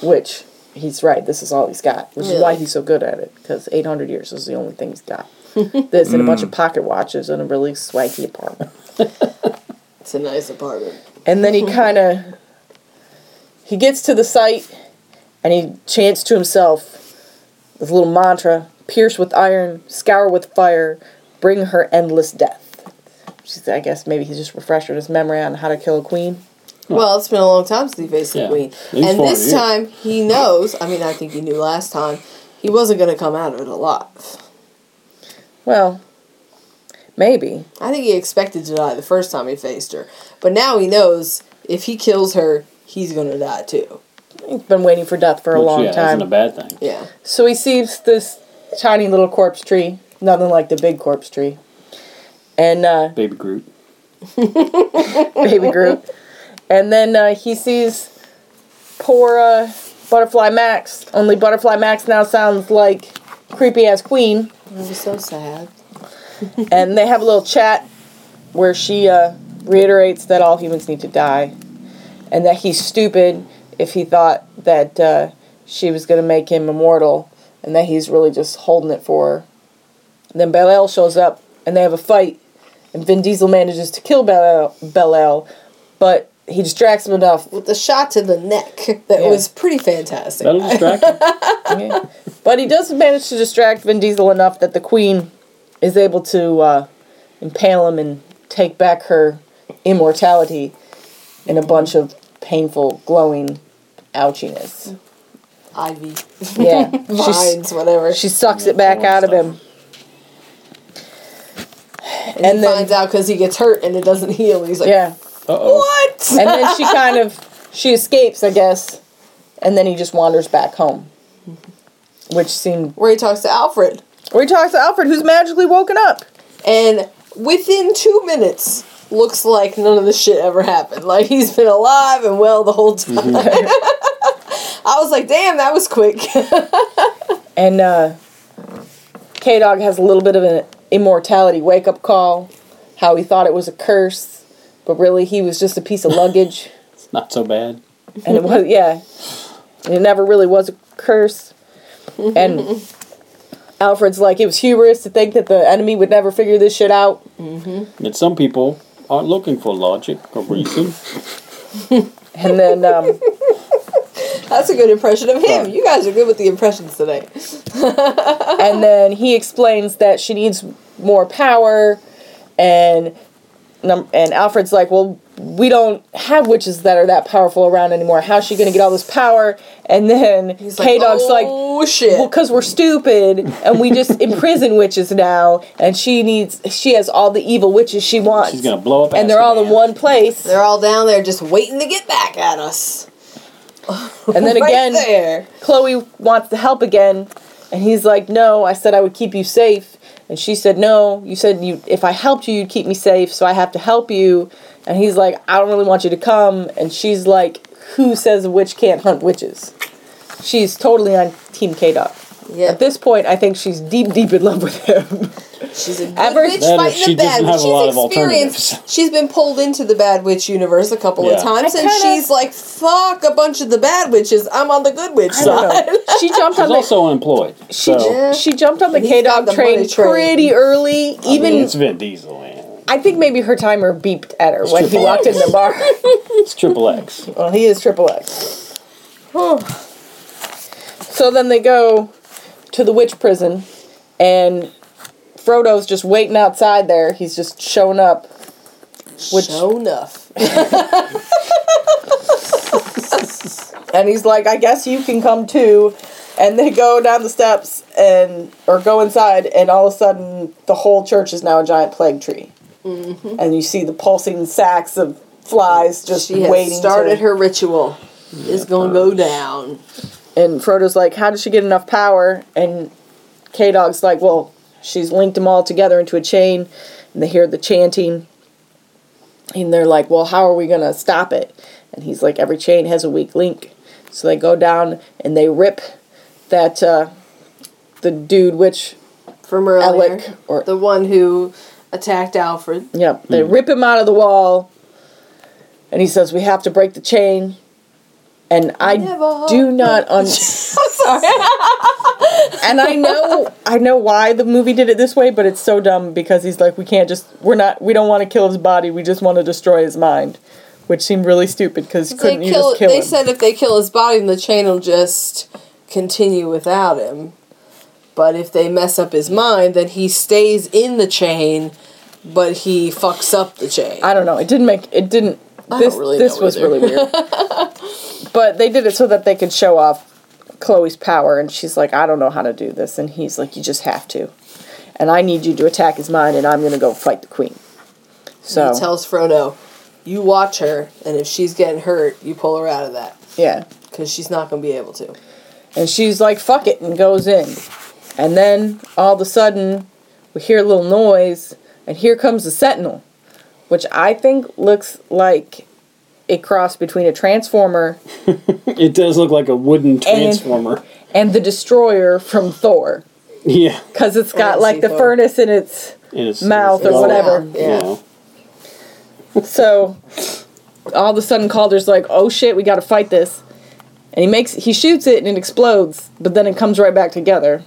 which he's right this is all he's got which is why
Yeah.
he's so good at it because 800 years is the only thing he's got this and a bunch of pocket watches and a really swanky apartment
It's a nice apartment.
and then he
Mm-hmm.
kind of he gets to the site and he chants to himself this little mantra pierce with iron scour with fire bring her endless death She's, i guess maybe he's just refreshing his memory on how to kill a queen
Well, it's been a long time since he faced the
Yeah.
queen.
At least
And
400
this
years.
time he knows I mean I think he knew last time he wasn't gonna come out of it alive.
well maybe
I think he expected to die the first time he faced her. But now he knows if he kills her, he's gonna die too.
he's been waiting for death for a
Which,
long
yeah,
time
isn't a bad thing.
Yeah.
So he sees this tiny little corpse tree, nothing like the big corpse tree, and uh,
Baby Groot.
baby Groot. And then uh, he sees Pora, Butterfly Max. Only Butterfly Max now sounds like creepy ass Queen.
It was so sad.
and they have a little chat where she uh, reiterates that all humans need to die and that he's stupid if he thought that uh, she was going to make him immortal and that he's really just holding it for her. Then Belial shows up and they have a fight, and Vin Diesel manages to kill Belial, Belial but he distracts him enough.
With the shot to the neck that
Yeah.
was pretty fantastic.
That'll distract you.
But he does manage to distract Vin Diesel enough that the Queen is able to uh, impale him and take back her immortality in a bunch of painful, glowing ouchiness.
Ivy.
Yeah.
Vines, whatever.
she, she sucks it back out of him.
and
and
he
then-
finds out because he gets hurt and it doesn't heal. and He's like,
Yeah.
Uh-oh.
what?
And then she kind of she escapes, I guess. And then he just wanders back home. Which seemed
Where he talks to Alfred.
where he talks to Alfred who's magically woken up.
And within two minutes, looks like none of this shit ever happened. Like he's been alive and well the whole time.
Mm-hmm.
I was like, damn, that was quick.
And uh, K Dog has a little bit of an immortality wake up call. How he thought it was a curse, but really he was just a piece of luggage.
It's not so bad.
and it was, yeah. And it never really was a curse. And Alfred's like, it was hubris to think that the enemy would never figure this shit out.
And some people aren't looking for logic or reason.
And then um,
That's a good impression of him. You guys are good with the impressions today. Oh.
and then he explains that she needs more power and num- and Alfred's like, "Well, we don't have witches that are that powerful around anymore. How's she going to get all this power?" And then
He's like,
K-Dog's like,
oh shit.
well, because we're stupid and we just imprison witches now, and she needs, she has all the evil witches she wants.
She's gonna blow up.
and they're all in
Azkaban.
one place.
They're all down there just waiting to get back at us.
And then
right
again,
there.
Chloe wants to help again, and he's like, "No, I said I would keep you safe." And she said, "No, you said you if I helped you, you'd keep me safe, so I have to help you." And he's like, "I don't really want you to come." And she's like, "Who says a witch can't hunt witches?" She's totally on Team K Dot.
Yeah,
At this point, I think she's deep, deep in love with him.
she's a good
ever-
witch
That or
fighting
she
a bad
doesn't
witch.
have a
She's
lot of
experienced.
alternatives.
She's been pulled into the bad witch universe a couple of
Yeah.
times, and she's like, "Fuck a bunch of the bad witches. I'm on the good witch
I don't
side."
know. She jumped on
She's
the
also unemployed.
she,
so
Yeah.
she jumped on the
He's
K Dog
got the
train
money train.
pretty early.
I mean,
Even
it's Vin Diesel. Man.
I think maybe her timer beeped at her when he
triple
walked in the bar.
It's triple X.
well, Uh, he is triple X. so then they go to the witch prison, and Frodo's just waiting outside there. He's just showing up. Which
Show enough.
and he's like, I guess you can come too. And they go down the steps and or go inside, and all of a sudden the whole church is now a giant plague tree,
Mm-hmm.
and you see the pulsing sacks of flies just
She has
waiting.
started
to, uh,
her ritual. It's gonna go down.
and Frodo's like, "How did she get enough power?" And K Dog's like, "Well, she's linked them all together into a chain." And they hear the chanting, and they're like, "Well, how are we gonna stop it?" And he's like, "Every chain has a weak link." So they go down and they rip that uh, the dude, which
From earlier,
Alec or-
the one who attacked Alfred.
Yep. They rip him out of the wall, and he says, "We have to break the chain." And I
Never.
do not un- I'm sorry. and I know I know why the movie did it this way, but it's so dumb because he's like, "We can't just we're not we don't want to kill his body. We just want to destroy his mind," which seemed really stupid because
They
couldn't you
kill.
just kill
they
him?
said if they kill his body, then the chain will just continue without him. But if they mess up his mind, then he stays in the chain, but he fucks up the chain.
I don't know. It didn't make it didn't.
I
this
don't really
this
know
was
either.
really weird. but they did it so that they could show off Chloe's power, and she's like, I don't know how to do this, and he's like, you just have to, and I need you to attack his mind, and I'm gonna go fight the queen. So
He tells Frodo, "You watch her, and if she's getting hurt, you pull her out of that,
yeah,
because she's not gonna be able to."
and she's like, fuck it, and goes in, and then all of a sudden we hear a little noise, and here comes the sentinel, which I think looks like a cross between a transformer
It does look like a wooden transformer.
and the destroyer from Thor
yeah.
because it's got
didn't
like
Oh, see
the
Thor.
furnace in its
And it's,
Mouth
it's
or
all-
whatever.
Yeah.
Yeah.
so all of a sudden Calder's like oh shit we got to fight this and he makes he shoots it and it explodes but then it comes right back together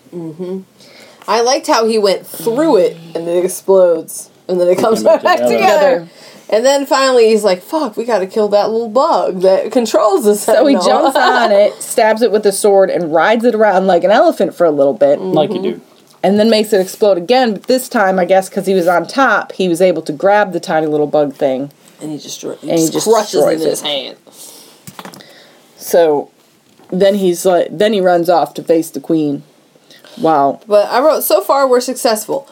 I liked how he went through it and it explodes and then it comes
back
right back
together.
together. And then finally he's like, "Fuck, we got to kill that little bug that controls this."
so he jumps on it stabs it with a sword and rides it around like an elephant for a little bit
Like you do.
and then makes it explode again but this time I guess because he was on top he was able to grab the tiny little bug thing
and he just, dro- he
he
just,
just
crushes it
destroys
in
it.
his hand.
So then he's like, then he runs off to face the queen. Wow.
But I wrote, so far we're successful.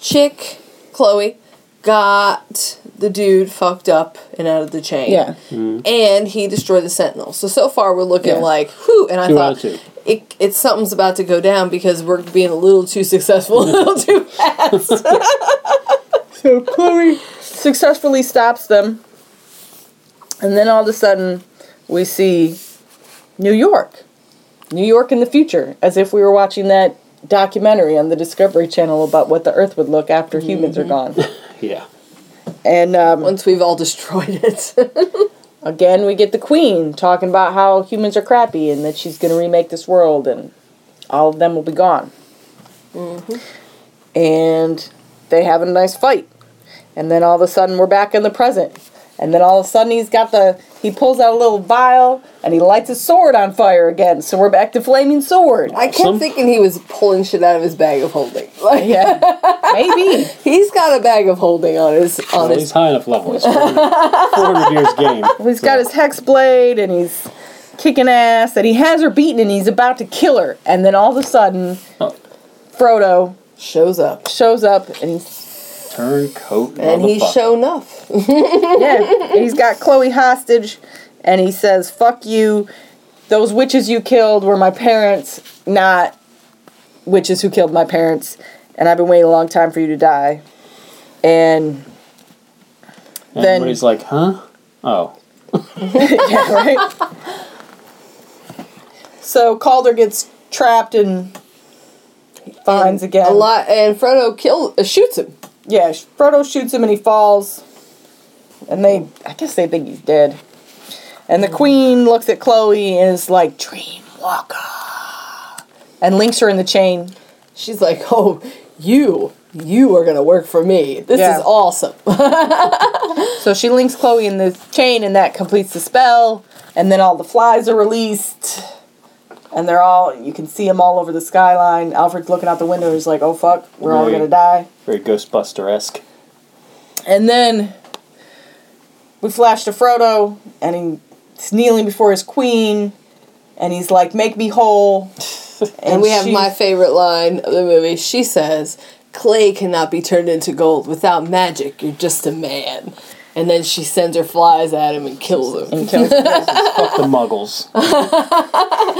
Chick, Chloe, got the dude fucked up and out of the chain.
Yeah.
And he destroyed the Sentinel. So, so far we're looking
Yeah.
like, whew. And I
Two out of
thought,
two.
It, it's something's about to go down because we're being a little too successful, a little too fast.
So Chloe successfully stops them. And then all of a sudden, we see New York. New York in the future, as if we were watching that documentary on the Discovery Channel about what the Earth would look after humans are gone.
Yeah.
And um,
Once we've all destroyed it.
again, we get the Queen talking about how humans are crappy and that she's going to remake this world and all of them will be gone. Mm-hmm. And they have a nice fight. And then all of a sudden, we're back in the present. And then all of a sudden, he's got the. He pulls out a little vial and he lights his sword on fire again. So we're back to flaming sword.
I kept
Some-
thinking he was pulling shit out of his bag of holding. Like,
yeah. Maybe.
he's got a bag of holding on his on
Well, he's
his.
high enough level. It's 400 years game.
He's got his hex blade and he's kicking ass and he has her beaten and he's about to kill her. And then all of a sudden, Frodo
shows up,
shows up and he's
Turncoat.
and he's
motherfucker.
shown enough.
yeah, he's got Chloe hostage and he says, "Fuck you. Those witches you killed were my parents, not witches who killed my parents, and I've been waiting a long time for you to die." And
And
then-
everybody's like, huh? Oh.
yeah, right? So Calder gets trapped and finds again.
A lot, and Frodo kill uh, shoots him.
Yeah, sh- Frodo shoots him and he falls. And they, I guess they think he's dead. And the queen looks at Chloe and is like, Dreamwalker. And links her in the chain.
She's like, "Oh, you, you are gonna work for me. This
Yeah.
is awesome."
So she links Chloe in the chain and that completes the spell. And then all the flies are released. And they're all, you can see them all over the skyline. Alfred's looking out the window. He's like, oh fuck, we're all
Right.
gonna die.
Very Ghostbuster esque.
And then we flash to Frodo, and he's kneeling before his queen, and he's like, "Make me whole."
and we have
she-
my favorite line of the movie. She says, "Clay cannot be turned into gold without magic. You're just a man." And then she sends her flies at him and kills him.
And kills him.
Fuck the muggles.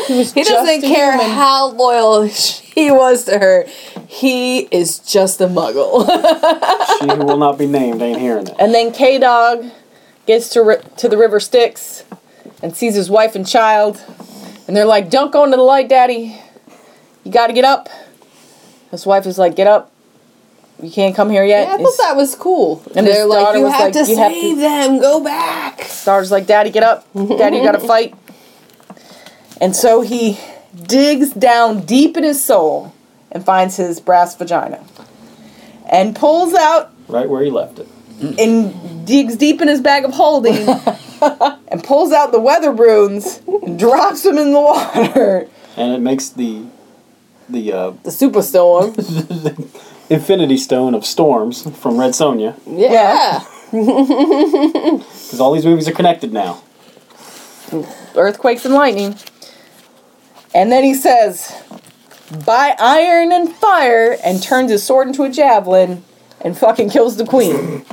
He doesn't care how loyal he was to her. He is just a muggle.
she who will not be named ain't hearing it.
and then K Dog gets to ri- to the River Styx, and sees his wife and child, and they're like, "Don't go into the light, Daddy. You got to get up." His wife is like, "Get up. You can't come here yet."
Yeah, I thought
His
that was cool.
And
And
his
they're like,
daughter
you
was
have
like,
to
"You have to-
save them. Go back.
daughter's like, Daddy, get up. Daddy, you gotta fight. And so he digs down deep in his soul and finds his brass vagina and pulls out
Right where he left it.
and digs deep in his bag of holding and pulls out the weather runes and drops them in the water.
And it makes the the uh,
The superstorm.
Infinity Stone of Storms from Red Sonja.
yeah.
Because all these movies are connected now.
Earthquakes and lightning. And then he says, by iron and fire, and turns his sword into a javelin and fucking kills the queen.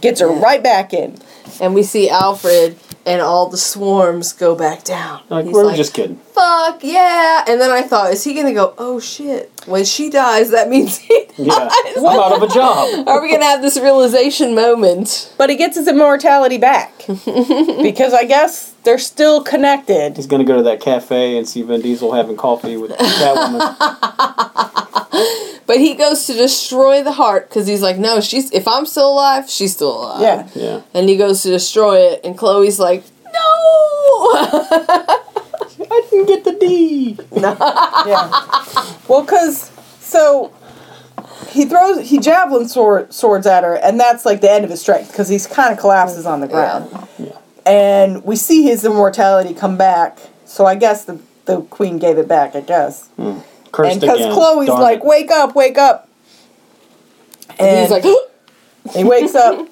Gets her right back in.
and we see Alfred and all the swarms go back down.
Like,
He's
we're
like,
just kidding.
fuck yeah! And then I thought, is he gonna go? Oh shit! When she dies, that means he dies.
Yeah. I'm out of a job.
Are we gonna have this realization moment?
But he gets his immortality back because I guess they're still connected.
He's gonna go to that cafe and see Vin Diesel having coffee with Catwoman.
But he goes to destroy the heart because he's like, no, she's. If I'm still alive, she's still alive.
Yeah.
yeah.
And he goes to destroy it, and Chloe's like, no.
I didn't get the D.
yeah. Well, because so he throws he javelin sword swords at her, and that's like the end of his strength because he's kind of collapses on the ground. And we see his immortality come back. So I guess the the queen gave it back. I guess.
Cursed
And because
again.
Chloe's
Darn
like,
it.
wake up, wake up. And
he's like,
he wakes up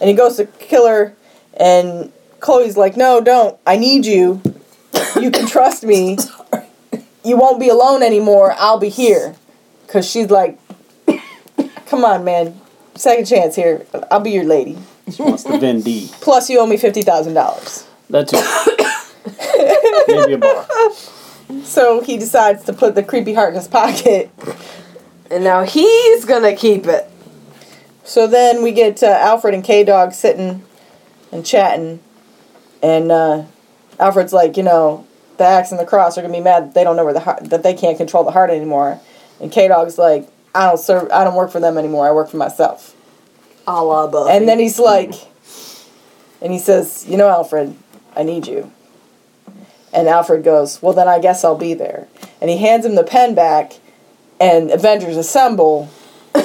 and he goes to kill her. And Chloe's like, no, don't. I need you. You can trust me. You won't be alone anymore. I'll be here. Because she's like, come on, man. Second chance here. I'll be your lady.
She wants the Vin D.
Plus, you owe me $50,000.
That too. Maybe a bar.
So he decides to put the creepy heart in his pocket.
and now he's gonna keep it.
So then we get uh, Alfred and K Dog sitting and chatting, and uh, Alfred's like, you know, the axe and the cross are gonna be mad that they don't know where the heart, that they can't control the heart anymore, and K Dog's like, I don't serve, I don't work for them anymore. I work for myself.
A la Buffy.
And then he's like, and he says, you know, Alfred, I need you. And Alfred goes, well, then I guess I'll be there. And he hands him the pen back, and Avengers assemble.
And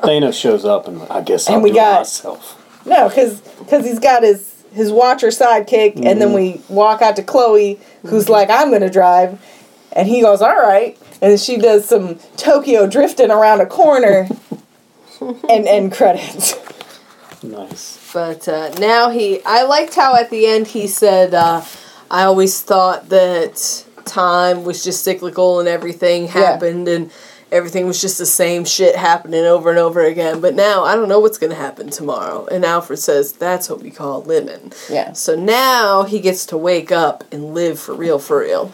Thanos shows up and like, I guess I'll
And we
do
got-
it myself.
No, because he's got his his watcher sidekick, and then we
Mm-hmm.
walk out to Chloe, who's like, "I'm gonna drive," and he goes, "All right," and she does some Tokyo drifting around a corner, and end credits.
Nice.
But uh, now he, I liked how at the end he said, uh, "I always thought that time was just cyclical and everything happened and everything was just the same shit happening over and over again. But now I don't know what's gonna happen tomorrow." And Alfred says, "That's what we call living."
Yeah.
So now he gets to wake up and live for real, for real.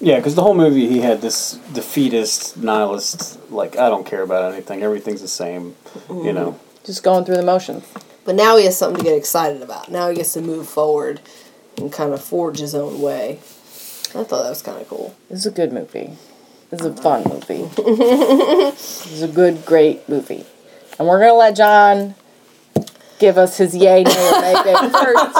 Yeah, because the whole movie he had this defeatist nihilist like I don't care about anything. Everything's the same. You know.
Just going through the motions.
But now he has something to get excited about. Now he gets to move forward and kind of forge his own way. I thought that was kind of cool.
This is a good movie. This is a fun movie. this is a good, great movie. And we're gonna let John give us his yay, nay, or nay day first.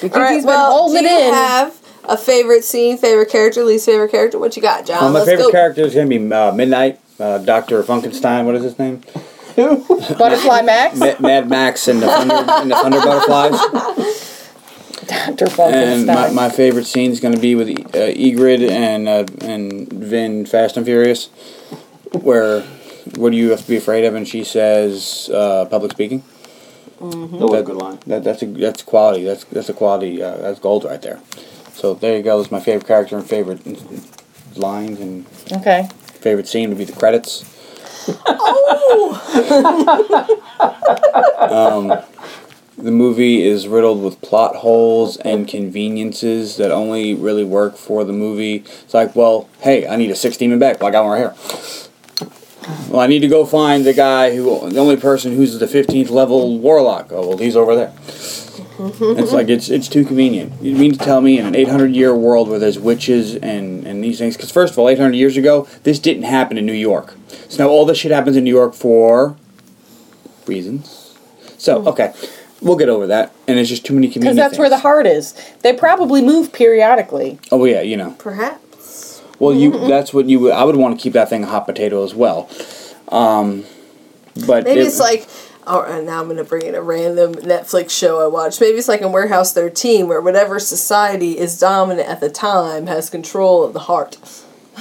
Because
All right,
he's been
well,
holding
do
it
you
in.
have a favorite scene, favorite character, least favorite character? What you got, John?
Uh, my
Let's
favorite
go.
character is gonna be uh, Midnight, uh, Doctor Funkenstein. What is his name?
Butterfly Max.
Ma- Mad Max and the Thunder, and the Thunder Butterflies.
Dr.
And my,
Funkenstein.
my favorite scene is gonna be with uh, Egrid and uh, and Vin Fast and Furious, where what do you have to be afraid of? And she says uh, public speaking.
That was a good line.
That, that's a that's quality. That's that's a quality. Uh, that's gold right there. So there you go. That's my favorite character and favorite lines and
Okay.
favorite scene would be the credits. um, the movie is riddled with plot holes and conveniences that only really work for the movie. It's like, well, hey, I need a six demon back. Well, I got one right here. Well, I need to go find the guy who, the only person who's the fifteenth level warlock. Oh, well, he's over there. It's like it's it's too convenient. You mean to tell me in an 800 year world where there's witches and and these things? Because first of all, 800 years ago, this didn't happen in New York. So now all this shit happens in New York for reasons. So okay, we'll get over that. And it's just too many
Because
convenient.
that's where the
things.
heart is. They probably move periodically.
oh yeah, you know.
Perhaps.
Well, you that's what you would. I would want to keep that thing a hot potato as well. Um, but
Maybe
it-
it's like, oh, and now I'm going to bring in a random Netflix show I watched. Maybe it's like in Warehouse 13, where whatever society is dominant at the time has control of the heart.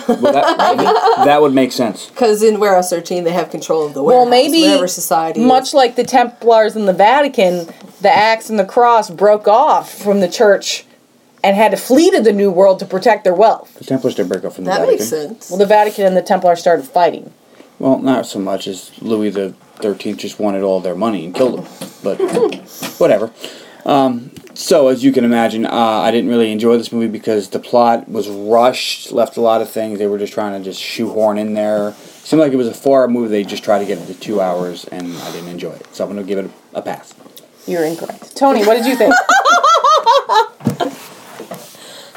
well, that, that would make sense.
Because in Warehouse 13, they have control of the warehouse.
Well, maybe
whatever society.
Much like the Templars in the Vatican, the axe and the cross broke off from the church and had to flee to the New World to protect their wealth.
The Templars did break up from the
that
Vatican.
makes sense.
Well, the Vatican and the Templars started fighting.
Well, not so much as Louis the Thirteenth just wanted all their money and killed them, but whatever. Um, so as you can imagine, uh, I didn't really enjoy this movie because the plot was rushed, left a lot of things they were just trying to just shoehorn in there. Seemed like it was a four-hour movie. They just tried to get it to two hours, and I didn't enjoy it. So I'm gonna give it a, a pass.
You're incorrect. Tony, what did you think?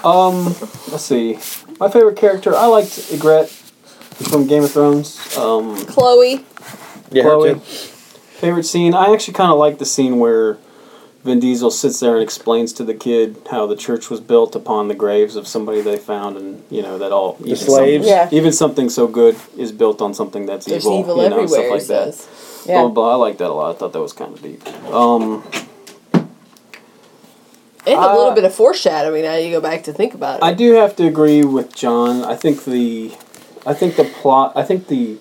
Let's see. My favorite character, I liked Ygritte from Game of Thrones. Um,
Chloe.
Yeah,
Chloe. Favorite scene? I actually kind of like the scene where Vin Diesel sits there and explains to the kid how the church was built upon the graves of somebody they found, and you know that all even some-
slaves?
Yeah.
Even something so good is built on something that's
There's
evil.
evil
you know,
everywhere.
stuff like
he
that.
says.
Yeah.
Blah, blah, blah. I like that a lot. I thought that was kind of deep. Um,
And a
Uh,
little bit of foreshadowing. Now you go back to think about it.
I do have to agree with John. I think the, I think the plot. I think the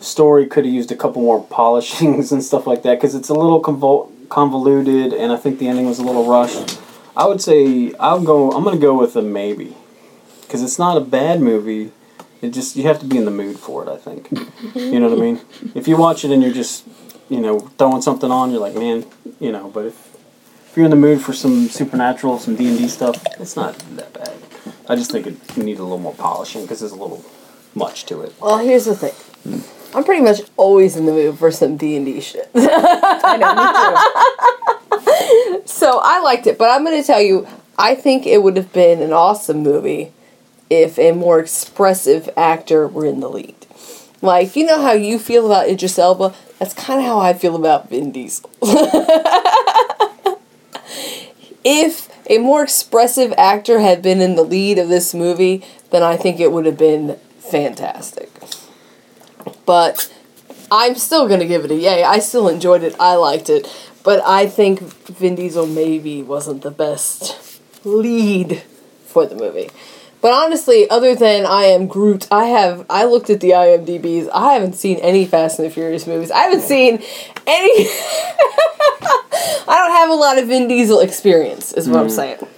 story could have used a couple more polishings and stuff like that because it's a little convol- convoluted, and I think the ending was a little rushed. I would say I'll go. I'm gonna go with a maybe, because it's not a bad movie. It just you have to be in the mood for it. I think. you know what I mean? If you watch it and you're just, you know, throwing something on, you're like, man, you know. But if if you're in the mood for some supernatural, some D and D stuff, it's not that bad. I just think it needed a little more polishing because there's a little much to it.
well, here's the thing. I'm pretty much always in the mood for some D and D shit.
I know, me
So I liked it, but I'm going to tell you, I think it would have been an awesome movie if a more expressive actor were in the lead. Like, you know how you feel about Idris Elba? That's kind of how I feel about Vin Diesel. if a more expressive actor had been in the lead of this movie, then I think it would have been fantastic. But I'm still gonna give it a yay. I still enjoyed it. I liked it, but I think Vin Diesel maybe wasn't the best lead for the movie. But honestly, other than I am Groot, I have I looked at the IMDb's. I haven't seen any Fast and the Furious movies. I haven't seen any. I don't have a lot of Vin Diesel experience, is what I'm saying.
too.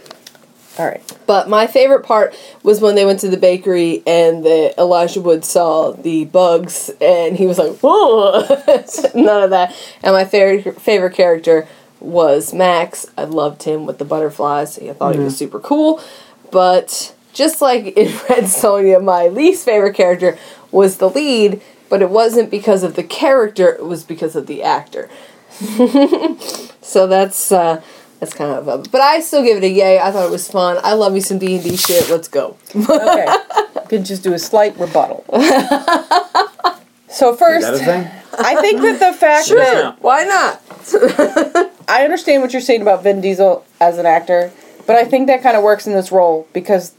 All right.
But my favorite part was when they went to the bakery and the Elijah Wood saw the bugs and he was like, "Whoa!" None of that. And my favorite favorite character was Max. I loved him with the butterflies. I thought he was super cool. But just like in Red Sonja, my least favorite character was the lead. But it wasn't because of the character; it was because of the actor. So that's uh that's kind of a but I still give it a yay. I thought it was fun. I love me some D and D shit. Let's go.
Okay. You could just do a slight rebuttal. So
Is
first,
that a thing?
I think that the fact that
Why not?
I understand what you're saying about Vin Diesel as an actor, but I think that kind of works in this role because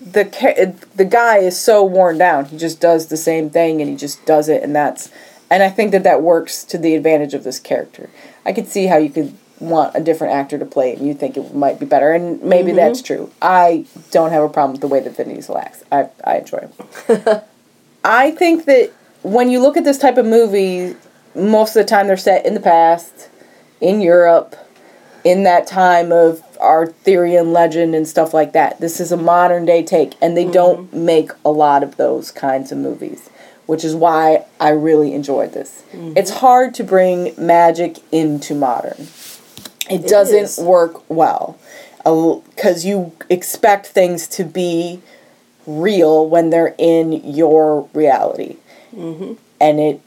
the ca- the guy is so worn down. He just does the same thing and he just does it, and that's and I think that that works to the advantage of this character. I could see how you could want a different actor to play it and you think it might be better and maybe that's true. I don't have a problem with the way that Vin Diesel acts. I I enjoy him. I think that when you look at this type of movie, most of the time they're set in the past in Europe in that time of Arthurian legend and stuff like that. This is a modern day take, and they don't make a lot of those kinds of movies, which is why I really enjoyed this. It's hard to bring magic into modern, it doesn't
is.
work well because you expect things to be real when they're in your reality. And it,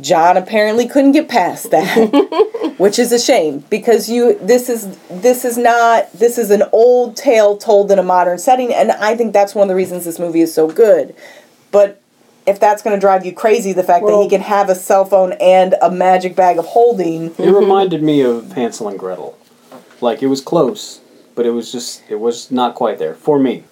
John apparently couldn't get past that which is a shame because you this is this is not this is an old tale told in a modern setting and i think that's one of the reasons this movie is so good but if that's going to drive you crazy the fact that
Well-
he can have a cell phone and a magic bag of holding
It reminded me of Hansel and Gretel. Like it was close, but it was just it was not quite there for me.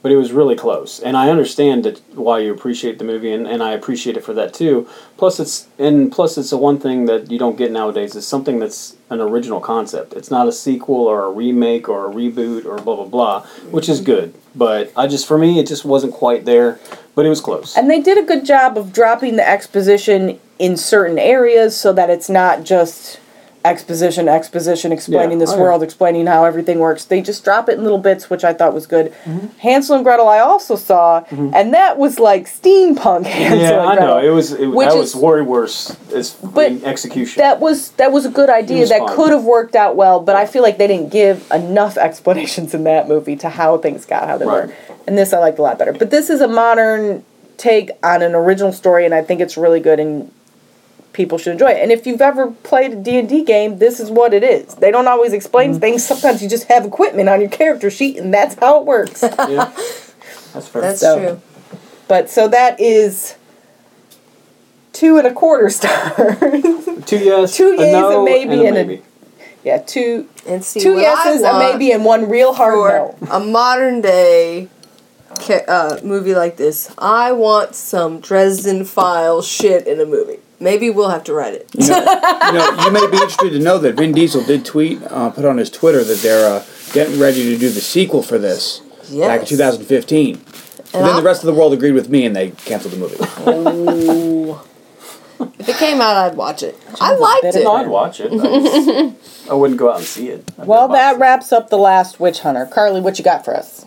But it was really close, and I understand that why you appreciate the movie, and, and I appreciate it for that too. Plus, it's and plus it's the one thing that you don't get nowadays is something that's an original concept. It's not a sequel or a remake or a reboot or blah blah blah, which
Mm-hmm.
is good. But I just for me it just wasn't quite there, but it was close.
And they did a good job of dropping the exposition in certain areas so that it's not just exposition, exposition, explaining
Yeah.
this
Oh, yeah.
world, explaining how everything works. They just drop it in little bits, which I thought was good.
Mm-hmm.
Hansel and Gretel, I also saw, and that was like steampunk Hansel and
yeah, I
Gretel.
know. It was. It, that
Which
was
is-
way worse as
But
in execution.
That was that was a good idea
was
that
fun.
could have worked out well, but I feel like they didn't give enough explanations in that movie to how things got how they
Right.
were. And this I liked a lot better. But this is a modern take on an original story, and I think it's really good and people should enjoy it. And if you've ever played a D&D game, this is what it is. They don't always explain
Mm.
things. Sometimes you just have equipment on your character sheet and that's how it works.
yeah. That's fair.
That's
So-
true.
but so that is two and a quarter stars.
two yes,
Two
a
yeas, a
no,
maybe,
and a
and a-
maybe.
yeah, two
And see
two
what
yeses,
I
a
want
maybe, and one real hard
for
no.
a modern day ca- uh, movie like this. I want some Dresden File shit in a movie. Maybe we'll have to write it.
You know, you know, you may be interested to know that Vin Diesel did tweet, uh, put on his Twitter that they're uh, getting ready to do the sequel for this back in
Yes.
2015. And, then
I-
the rest of the world agreed with me, and they canceled the movie.
If it came out, I'd watch it. I liked
No,
it.
I'd watch it. I, just- I wouldn't go out and see it. I'd
Well,
go watch
that wraps up the last witch hunter. Carly, what you got for us?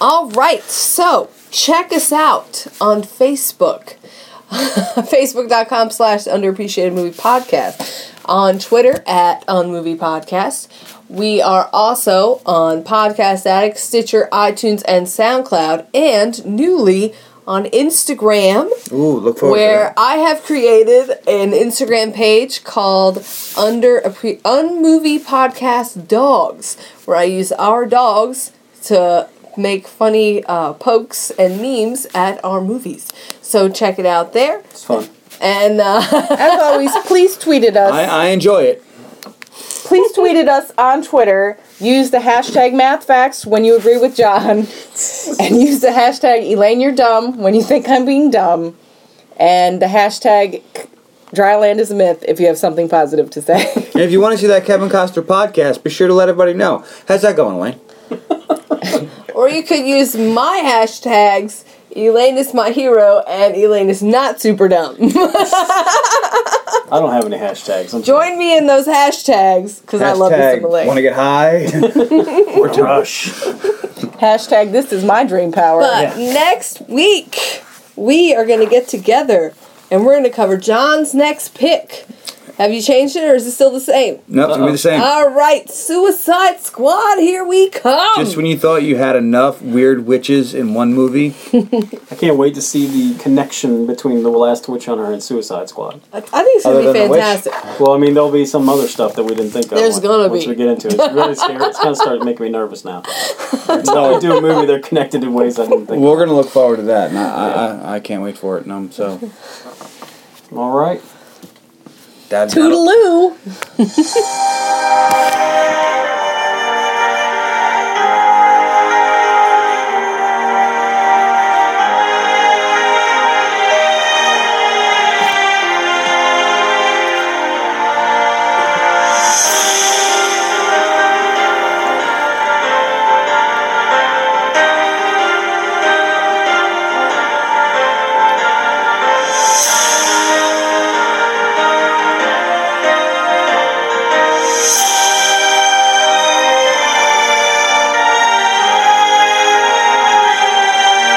All right, so check us out on Facebook. Facebook.com slash underappreciated movie podcast. On Twitter at unmovie podcast. We are also on Podcast Addict, Stitcher, iTunes, and SoundCloud, and newly on Instagram.
Ooh, look forward
where
to
I have created an Instagram page called Under a Pre- Unmovie Podcast Dogs, where I use our dogs to make funny uh, pokes and memes at our movies. So check it out there.
It's fun.
And uh,
As always, please tweet at us.
that. I, uh, I enjoy it.
please tweet at us on Twitter. Use the hashtag MathFacts when you agree with John, and use the hashtag Elaine You're Dumb when you think I'm being dumb, and the hashtag Dryland is a myth if you have something positive to say.
And if you want to see that Kevin Costner podcast, be sure to let everybody know. How's that going, Wayne?
or you could use my hashtags. Elaine is my hero, and Elaine is not super dumb.
I don't have any hashtags. I'm
Join me in those hashtags because I love this Elaine.
want to get high?
Or Rush.
hashtag This is my dream power.
But next week, we are going to get together and we're going to cover John's next pick. Have you changed it or is it still the same?
no, it's going to be the same.
All right, Suicide Squad, here we come.
Just when you thought you had enough weird witches in one movie,
I can't wait to see the connection between The Last Witch Hunter and Suicide Squad.
I I think it's going to
Other
be
than the witch.
fantastic.
Well, I mean, there'll be some other stuff that we didn't think of.
There's
once-
gonna
once
be.
we get into it. It's really scary. It's kind of starting to make me nervous now. No, we do a movie. They're connected in ways I didn't think.
we're going to look forward to that. And I, I, I, I can't wait for it. And I'm so.
of. All right.
That's
Toodaloo.